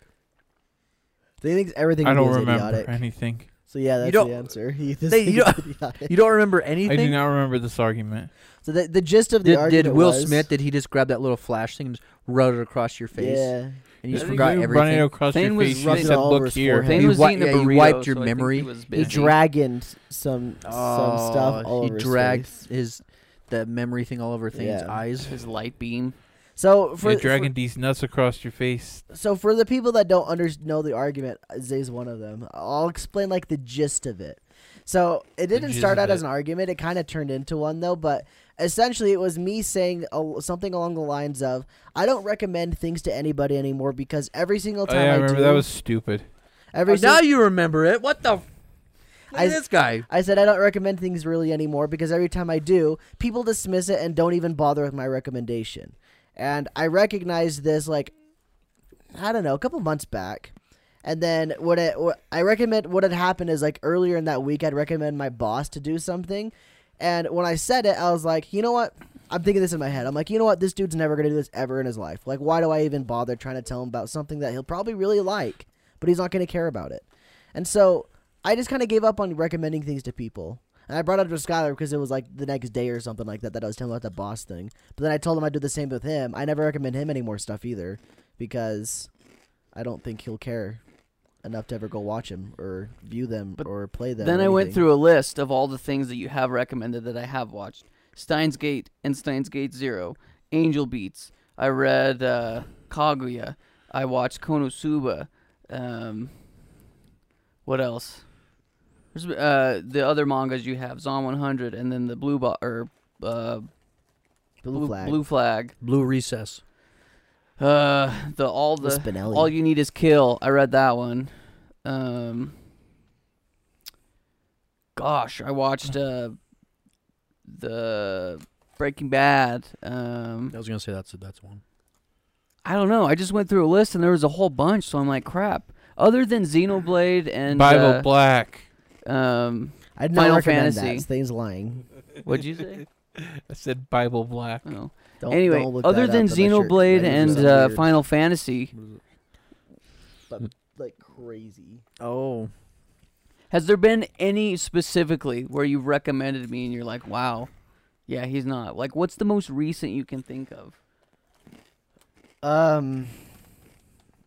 [SPEAKER 3] So he thinks everything
[SPEAKER 2] I don't
[SPEAKER 3] is
[SPEAKER 2] remember
[SPEAKER 3] idiotic.
[SPEAKER 2] anything.
[SPEAKER 3] So yeah, that's
[SPEAKER 4] don't-
[SPEAKER 3] the answer. <laughs> He just
[SPEAKER 4] They- you
[SPEAKER 3] thinks it's idiotic.
[SPEAKER 4] You don't remember anything?
[SPEAKER 2] I do not remember this argument.
[SPEAKER 3] So the, the gist of the
[SPEAKER 4] did,
[SPEAKER 3] argument
[SPEAKER 4] did Will
[SPEAKER 3] was-
[SPEAKER 4] Smith? Did he just grab that little flash thing and just rub it across your face?
[SPEAKER 3] Yeah.
[SPEAKER 4] And you
[SPEAKER 1] I
[SPEAKER 4] just
[SPEAKER 1] think
[SPEAKER 4] forgot
[SPEAKER 2] you were running
[SPEAKER 4] everything.
[SPEAKER 2] across
[SPEAKER 1] Thane
[SPEAKER 2] your
[SPEAKER 1] was
[SPEAKER 2] face. You
[SPEAKER 3] rubbing
[SPEAKER 2] said,
[SPEAKER 3] all over
[SPEAKER 2] "Look
[SPEAKER 3] his
[SPEAKER 2] here."
[SPEAKER 3] forehead.
[SPEAKER 1] Thane
[SPEAKER 4] You
[SPEAKER 1] was
[SPEAKER 4] wi-
[SPEAKER 1] eating a
[SPEAKER 4] yeah, you
[SPEAKER 1] burrito,
[SPEAKER 4] wiped your
[SPEAKER 1] so I think
[SPEAKER 4] memory.
[SPEAKER 1] He, was
[SPEAKER 3] He
[SPEAKER 1] busy.
[SPEAKER 3] dragoned some some
[SPEAKER 4] Oh,
[SPEAKER 3] stuff all over
[SPEAKER 4] He
[SPEAKER 3] his
[SPEAKER 4] dragged
[SPEAKER 3] face.
[SPEAKER 4] his the memory thing all over Thane's
[SPEAKER 3] Yeah.
[SPEAKER 4] eyes.
[SPEAKER 1] his light beam.
[SPEAKER 3] So for,
[SPEAKER 2] You're dragging these nuts across your face.
[SPEAKER 3] for- so for the people that don't under- know the argument, Zay's one of them. I'll explain like the gist of it. So it didn't
[SPEAKER 2] jizz
[SPEAKER 3] start
[SPEAKER 2] of
[SPEAKER 3] out as
[SPEAKER 2] it.
[SPEAKER 3] an argument. It kind of turned into one though. But essentially, it was me saying uh, something along the lines of, "I don't recommend things to anybody anymore because every single
[SPEAKER 2] Oh,
[SPEAKER 3] time
[SPEAKER 2] yeah, I
[SPEAKER 3] I,
[SPEAKER 2] remember
[SPEAKER 3] do,
[SPEAKER 2] that was stupid.
[SPEAKER 3] every
[SPEAKER 4] Oh,
[SPEAKER 3] sin-
[SPEAKER 4] now you remember it. What the? F- Look
[SPEAKER 3] I-
[SPEAKER 4] at this guy.
[SPEAKER 3] I said I don't recommend things really anymore because every time I do, people dismiss it and don't even bother with my recommendation. And I recognized this like I don't know, a couple months back. And then what it, what I recommend what had happened is like earlier in that week I'd recommend my boss to do something. And when I said it, I was like, "You know what? I'm thinking this in my head. I'm like, "You know what? This dude's never going to do this ever in his life. Like why do I even bother trying to tell him about something that he'll probably really like, but he's not going to care about it." And so I just kind of gave up on recommending things to people. And I brought it up to Skylar because it was like the next day or something like that that I was telling about the boss thing. But then I told him I'd do the same with him. I never recommend him any more stuff either because I don't think he'll care enough to ever go watch him or view them
[SPEAKER 1] But
[SPEAKER 3] or play them.
[SPEAKER 1] Then
[SPEAKER 3] or
[SPEAKER 1] I went
[SPEAKER 3] anything.
[SPEAKER 1] through a list of all the things that you have recommended that I have watched. Steins Gate and Steins Gate Zero, Angel Beats. I read uh, Kaguya. I watched Konosuba. Um, what else? There's, uh, the other mangas you have, Zon 100, and then the Blue Bo- or uh,
[SPEAKER 3] Blue, Flag.
[SPEAKER 1] Blue Flag.
[SPEAKER 4] Blue recess.
[SPEAKER 1] Uh, the all the
[SPEAKER 3] with Spinelli.
[SPEAKER 1] all you need is kill. I read that one. Um, gosh, I watched uh the Breaking Bad. Um,
[SPEAKER 4] I was gonna say that's that's one.
[SPEAKER 1] I don't know. I just went through a list and there was a whole bunch, so I'm like, crap. Other than Xenoblade and
[SPEAKER 2] Bible
[SPEAKER 1] uh,
[SPEAKER 2] Black.
[SPEAKER 1] um,
[SPEAKER 3] I'd not
[SPEAKER 1] Final
[SPEAKER 3] recommend
[SPEAKER 1] Fantasy.
[SPEAKER 3] that. Stain's lying.
[SPEAKER 1] what'd you
[SPEAKER 3] <laughs>
[SPEAKER 1] say?
[SPEAKER 2] I said Bible Black.
[SPEAKER 1] Oh.
[SPEAKER 3] Don't,
[SPEAKER 1] anyway,
[SPEAKER 3] don't look
[SPEAKER 1] other
[SPEAKER 3] that
[SPEAKER 1] than
[SPEAKER 3] up unless you're-
[SPEAKER 1] Xenoblade
[SPEAKER 3] that
[SPEAKER 1] and
[SPEAKER 3] is really
[SPEAKER 1] uh,
[SPEAKER 3] weird.
[SPEAKER 1] Final Fantasy,
[SPEAKER 3] like crazy.
[SPEAKER 4] Oh,
[SPEAKER 1] Has there been any specifically where you've recommended me and you're like, wow, yeah, he's not? Like, what's the most recent you can think of?
[SPEAKER 3] Um,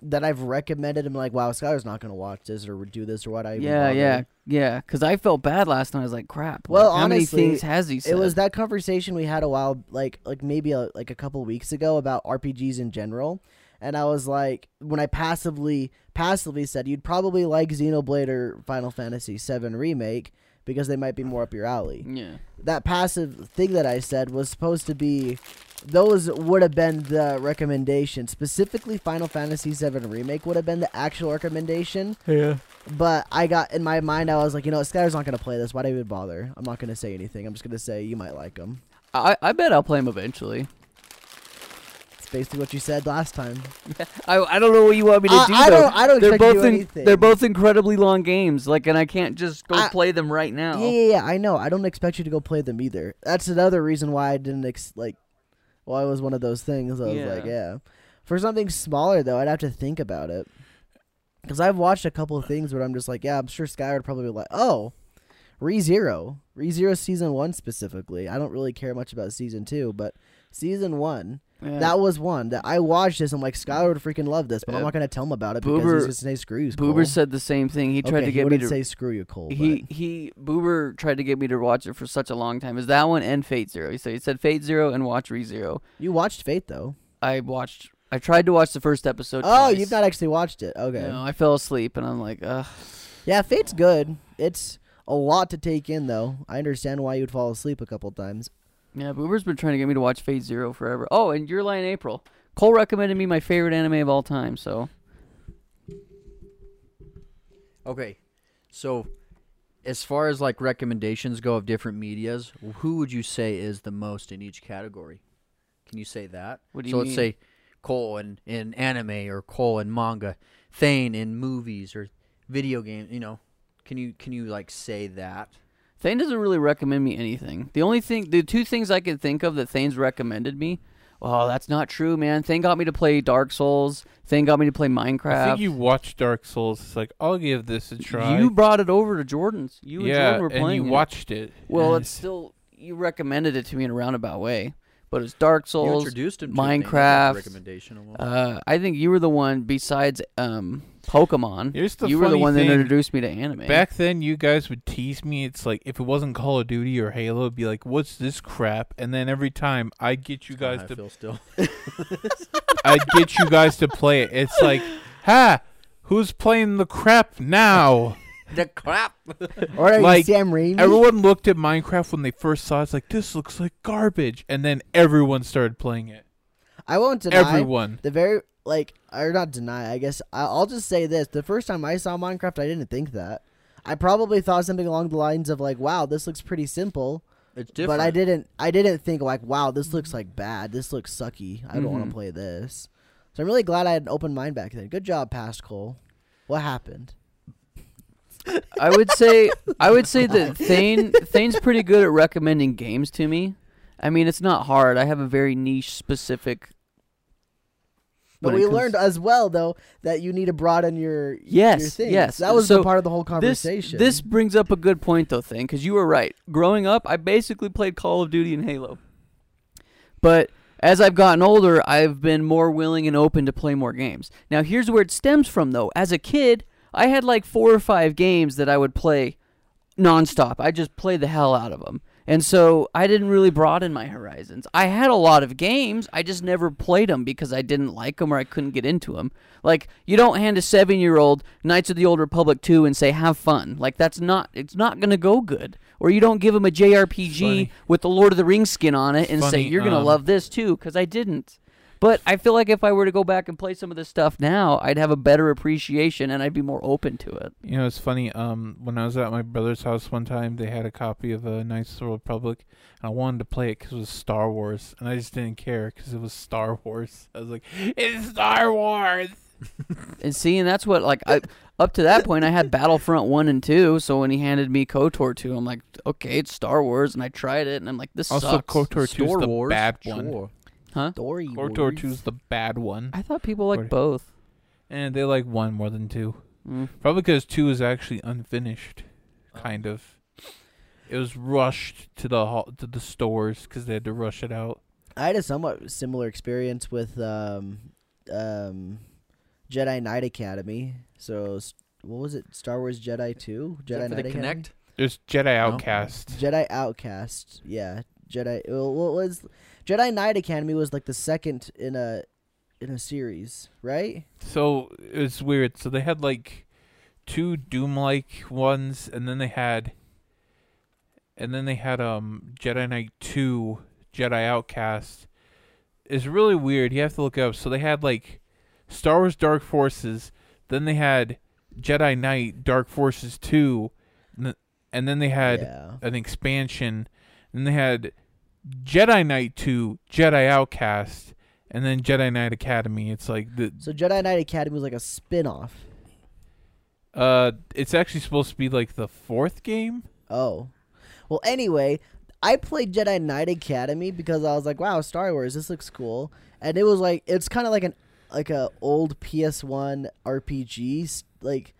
[SPEAKER 3] that I've recommended him like, wow, Skylar's not gonna watch this or do this or what I. Even
[SPEAKER 1] yeah,
[SPEAKER 3] bother.
[SPEAKER 1] yeah, yeah. Because I felt bad last night. I was like, crap.
[SPEAKER 3] Well,
[SPEAKER 1] like, how
[SPEAKER 3] honestly,
[SPEAKER 1] many things has he said?
[SPEAKER 3] It was that conversation we had a while, like like maybe a, like a couple weeks ago about RPGs in general, and I was like, when I passively passively said you'd probably like Xenoblade or Final Fantasy VII remake because they might be more up your alley.
[SPEAKER 1] Yeah.
[SPEAKER 3] that passive thing that I said was supposed to be those would have been the recommendation. Specifically Final Fantasy VII Remake would have been the actual recommendation.
[SPEAKER 2] Yeah.
[SPEAKER 3] But I got in my mind I was like, you know, what, Skyler's not gonna play this. Why do I even bother? I'm not gonna say anything. I'm just gonna say you might like him.
[SPEAKER 1] I, I bet I'll play him eventually.
[SPEAKER 3] It's basically what you said last time.
[SPEAKER 1] I, I don't know what you want me to
[SPEAKER 3] I-
[SPEAKER 1] do.
[SPEAKER 3] I
[SPEAKER 1] though.
[SPEAKER 3] don't- I don't
[SPEAKER 1] They're
[SPEAKER 3] expect you to
[SPEAKER 1] both
[SPEAKER 3] do
[SPEAKER 1] in,
[SPEAKER 3] anything.
[SPEAKER 1] They're both incredibly long games. Like, and I can't just go
[SPEAKER 3] I-
[SPEAKER 1] play them right now.
[SPEAKER 3] Yeah, yeah, yeah. I know. I don't expect you to go play them either. That's another reason why I didn't ex- like. Well, it was one of those things. I was
[SPEAKER 1] Yeah.
[SPEAKER 3] like, yeah. For something smaller though, I'd have to think about it. Because I've watched a couple of things where I'm just like, yeah, I'm sure Sky would probably be like, oh, ReZero, ReZero season one specifically. I don't really care much about season two, but season one,
[SPEAKER 1] Yeah.
[SPEAKER 3] That was one that I watched this. I'm like, Skylar would freaking love this, but I'm not gonna tell him about it because
[SPEAKER 1] Boober-
[SPEAKER 3] he's gonna say screw you. Cole."
[SPEAKER 1] Boober said the same thing. He tried to
[SPEAKER 3] Okay, he
[SPEAKER 1] get me
[SPEAKER 3] wouldn't
[SPEAKER 1] to
[SPEAKER 3] say screw you, Cole.
[SPEAKER 1] he he Boober tried to get me to watch it for such a long time. Is that one and Fate Zero? He said he said Fate Zero and Watch ReZero.
[SPEAKER 3] but you watched Fate though.
[SPEAKER 1] I watched. I tried to watch the first episode.
[SPEAKER 3] Oh,
[SPEAKER 1] twice.
[SPEAKER 3] you've not actually watched it. Okay.
[SPEAKER 1] No, I fell asleep and I'm like, ugh.
[SPEAKER 3] Yeah, Fate's good. It's a lot to take in though. I understand why you'd fall asleep a couple times.
[SPEAKER 1] Yeah, Boober's been trying to get me to watch Fate Zero forever. Oh, and Your Lie in April. Cole recommended me my favorite anime of all time, so
[SPEAKER 4] Okay, so as far as like recommendations go of different medias, who would you say is the most in each category? Can you say that?
[SPEAKER 1] What do you
[SPEAKER 4] so
[SPEAKER 1] mean?
[SPEAKER 4] let's say Cole in, in anime or Cole in manga, Thane in movies or video game. You know, can you can you like say that?
[SPEAKER 1] Thane doesn't really recommend me anything. The only thing, the two things I can think of that Thane's recommended me. Oh, that's not true, man. Thane got me to play Dark Souls. Thane got me to play Minecraft.
[SPEAKER 2] I think you watched Dark Souls. It's like I'll give this a try.
[SPEAKER 1] You brought it over to Jordan's. You and
[SPEAKER 2] yeah,
[SPEAKER 1] Jordan were
[SPEAKER 2] and
[SPEAKER 1] playing.
[SPEAKER 2] you
[SPEAKER 1] it.
[SPEAKER 2] watched it.
[SPEAKER 1] Well,
[SPEAKER 2] and
[SPEAKER 1] it's still you recommended it to me in a roundabout way, but it's Dark
[SPEAKER 4] you
[SPEAKER 1] Souls.
[SPEAKER 4] introduced him to Thane. That's
[SPEAKER 1] Minecraft.
[SPEAKER 4] a recommendation. almost.
[SPEAKER 1] uh, I think you were the one besides um, Pokemon.
[SPEAKER 2] Here's the
[SPEAKER 1] you were the
[SPEAKER 2] funny
[SPEAKER 1] one that
[SPEAKER 2] thing.
[SPEAKER 1] introduced me to anime.
[SPEAKER 2] Back then, you guys would tease me. It's like if it wasn't Call of Duty or Halo, it'd be like, "What's this crap?" And then every time I get you
[SPEAKER 4] That's
[SPEAKER 2] guys
[SPEAKER 4] how I
[SPEAKER 2] to,
[SPEAKER 1] <laughs>
[SPEAKER 4] feel still. <laughs>
[SPEAKER 2] I get you guys to play it. It's like, ha, who's playing the crap now?
[SPEAKER 4] the crap.
[SPEAKER 3] Or are you
[SPEAKER 2] Like,
[SPEAKER 3] Sam Raimi.
[SPEAKER 2] Everyone looked at Minecraft when they first saw it. It's like this looks like garbage, and then everyone started playing it.
[SPEAKER 3] I won't deny
[SPEAKER 2] Everyone.
[SPEAKER 3] the very like or not deny. I guess I, I'll just say this: the first time I saw Minecraft, I didn't think that. I probably thought something along the lines of like, "Wow, this looks pretty simple,"
[SPEAKER 4] It's different.
[SPEAKER 3] but I didn't. I didn't think like, "Wow, this looks
[SPEAKER 1] Mm-hmm.
[SPEAKER 3] like bad. This looks sucky. I don't want
[SPEAKER 1] Mhm.
[SPEAKER 3] to play this." So I'm really glad I had an open mind back then. Good job, past Cole. What happened?
[SPEAKER 1] I would
[SPEAKER 3] <laughs>
[SPEAKER 1] say I would say
[SPEAKER 2] <laughs>
[SPEAKER 1] that Thane Thane's pretty good at recommending games to me. I mean, it's not hard. I have a very niche specific. when
[SPEAKER 3] But
[SPEAKER 1] it
[SPEAKER 3] we
[SPEAKER 1] comes-
[SPEAKER 3] learned as well though that you need to broaden your your
[SPEAKER 1] Yes,
[SPEAKER 3] things.
[SPEAKER 1] yes.
[SPEAKER 3] That was
[SPEAKER 1] So
[SPEAKER 3] the part of the whole
[SPEAKER 1] This,
[SPEAKER 3] conversation.
[SPEAKER 1] this brings up a good point though, Thane, because you were right. Growing up, I basically played Call of Duty and Halo. But as I've gotten older, I've been more willing and open to play more games. Now, here's where it stems from though. As a kid, I had like four or five games that I would play nonstop. I just played the hell out of them. And so I didn't really broaden my horizons. I had a lot of games, I just never played them because I didn't like them or I couldn't get into them. Like you don't hand a 7-year-old Knights of the Old Republic 2 and say have fun. Like that's not it's not going to go good. Or you don't give him a JRPG
[SPEAKER 2] Funny.
[SPEAKER 1] with the Lord of the Rings skin on it and
[SPEAKER 2] Funny,
[SPEAKER 1] say you're going to
[SPEAKER 2] um,
[SPEAKER 1] love this too cuz I didn't. But I feel like if I were to go back and play some of this stuff now, I'd have a better appreciation and I'd be more open to it.
[SPEAKER 2] You know, it's funny. Um, when I was at my brother's house one time, they had a copy of uh, Knights of the Old Republic, and I wanted to play it because it was Star Wars, and I just didn't care because it was Star Wars. I was like, "It's Star Wars."
[SPEAKER 1] And see, and that's what like I up to that point I had Battlefront one and two. So when he handed me KOTOR two, I'm like, okay, it's Star Wars, and I tried it, and I'm like, this
[SPEAKER 2] <laughs> Also,
[SPEAKER 1] sucks.
[SPEAKER 2] KOTOR two is
[SPEAKER 4] Star
[SPEAKER 2] the
[SPEAKER 4] Wars.
[SPEAKER 2] bad one.
[SPEAKER 4] Sure.
[SPEAKER 3] story.
[SPEAKER 2] KOTOR two is the bad one,
[SPEAKER 1] I thought people liked
[SPEAKER 2] Or-
[SPEAKER 1] both.
[SPEAKER 2] and they like one more than two,
[SPEAKER 1] Mm.
[SPEAKER 2] probably because two is actually unfinished,
[SPEAKER 4] Oh.
[SPEAKER 2] kind of. It was rushed to the hall, to the stores because they had to rush it out.
[SPEAKER 3] I had a somewhat similar experience with um, um, Jedi Knight Academy. So s- what was it? Star Wars Jedi Two,
[SPEAKER 4] Is that
[SPEAKER 3] Jedi
[SPEAKER 4] for the
[SPEAKER 3] Knight Academy?
[SPEAKER 4] Kinect?
[SPEAKER 2] There's Jedi Outcast.
[SPEAKER 3] Jedi Outcast. Yeah, Jedi. Well, what was Jedi Knight Academy was like the second in a in a series, right?
[SPEAKER 2] So it's weird. So they had like two Doom like ones, and then they had, and then they had um Jedi Knight Two, Jedi Outcast. It's really weird. You have to look it up. So they had like Star Wars Dark Forces, then they had Jedi Knight Dark Forces Two, and th- and then they had
[SPEAKER 3] yeah.
[SPEAKER 2] an expansion, and they had Jedi Knight Two, Jedi Outcast, and then Jedi Knight Academy. It's like the
[SPEAKER 3] So Jedi Knight Academy was like a spin-off.
[SPEAKER 2] Uh, it's actually supposed to be like the fourth game.
[SPEAKER 3] Oh. Well, anyway, I played Jedi Knight Academy because I was like, wow, Star Wars, this looks cool. And it was like it's kind of like an like a old PS1 RPG, s- like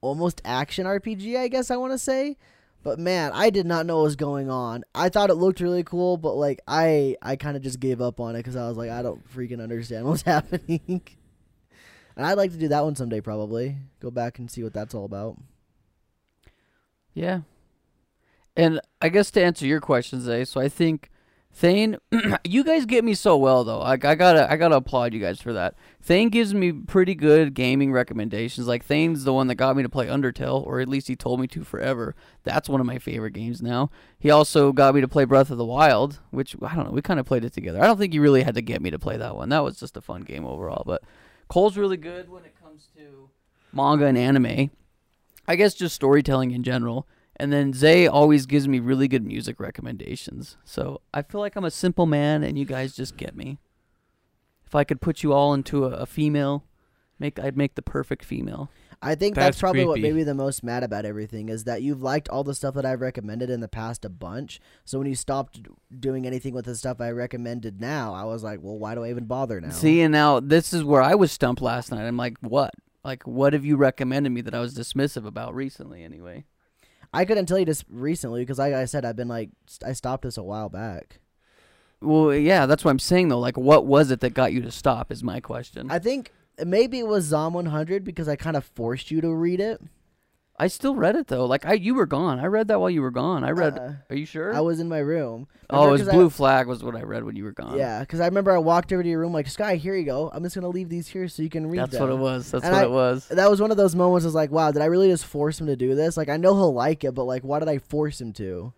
[SPEAKER 3] almost action RPG, I guess I want to say. But man, I did not know what was going on. I thought it looked really cool, but like I, I kind of just gave up on it because I was like, I don't freaking understand <laughs> what's happening. and I'd like to do that one someday, probably go back and see what that's all about.
[SPEAKER 1] Yeah. And I guess to answer your question, Zay, so I think Thane <clears throat> you guys get me so well though. Like I gotta I gotta applaud you guys for that. Thane gives me pretty good gaming recommendations. Like Thane's the one that got me to play Undertale, or at least he told me to forever. That's one of my favorite games now. He also got me to play Breath of the Wild, which I don't know, we kinda played it together. I don't think you really had to get me to play that one. That was just a fun game overall. But Cole's really good when it comes to manga and anime. I guess just storytelling in general. And then Zay always gives me really good music recommendations. So I feel like I'm a simple man and you guys just get me. If I could put you all into a, a female, make I'd make the perfect female.
[SPEAKER 3] I think that's,
[SPEAKER 2] That's
[SPEAKER 3] probably what made
[SPEAKER 2] creepy.
[SPEAKER 3] me the most mad about everything is that you've liked all the stuff that I've recommended in the past a bunch. So when you stopped doing anything with the stuff I recommended now, I was like, well, why do I even bother now?
[SPEAKER 1] See, and now this is where I was stumped last night. I'm like, what? Like, what have you recommended me that I was dismissive about recently, anyway?
[SPEAKER 3] I couldn't tell you just recently because, like I said, I've been like, st- I stopped this a while back.
[SPEAKER 1] Well, yeah, that's what I'm saying, though. Like, what was it that got you to stop, is my question. I,
[SPEAKER 3] I think maybe it was Zom 100 because I kind of forced you to read it.
[SPEAKER 1] still read it, though. Like, I you were gone. I read that while you were gone. I read.
[SPEAKER 3] Uh,
[SPEAKER 1] are you sure?
[SPEAKER 3] I was in my room.
[SPEAKER 1] oh, it was
[SPEAKER 3] 'Cause I-
[SPEAKER 1] Blue Flag, was what I read when you were gone.
[SPEAKER 3] Yeah, because I remember I walked over to your room like, Sky, here you go. I'm just going to leave these here so you can read
[SPEAKER 1] That's
[SPEAKER 3] them.
[SPEAKER 1] what it was. That's
[SPEAKER 3] And
[SPEAKER 1] what
[SPEAKER 3] I-
[SPEAKER 1] it was.
[SPEAKER 3] that was one of those moments. I was like, wow, did I really just force him to do this? Like, I know he'll like it, but like, why did I force him to?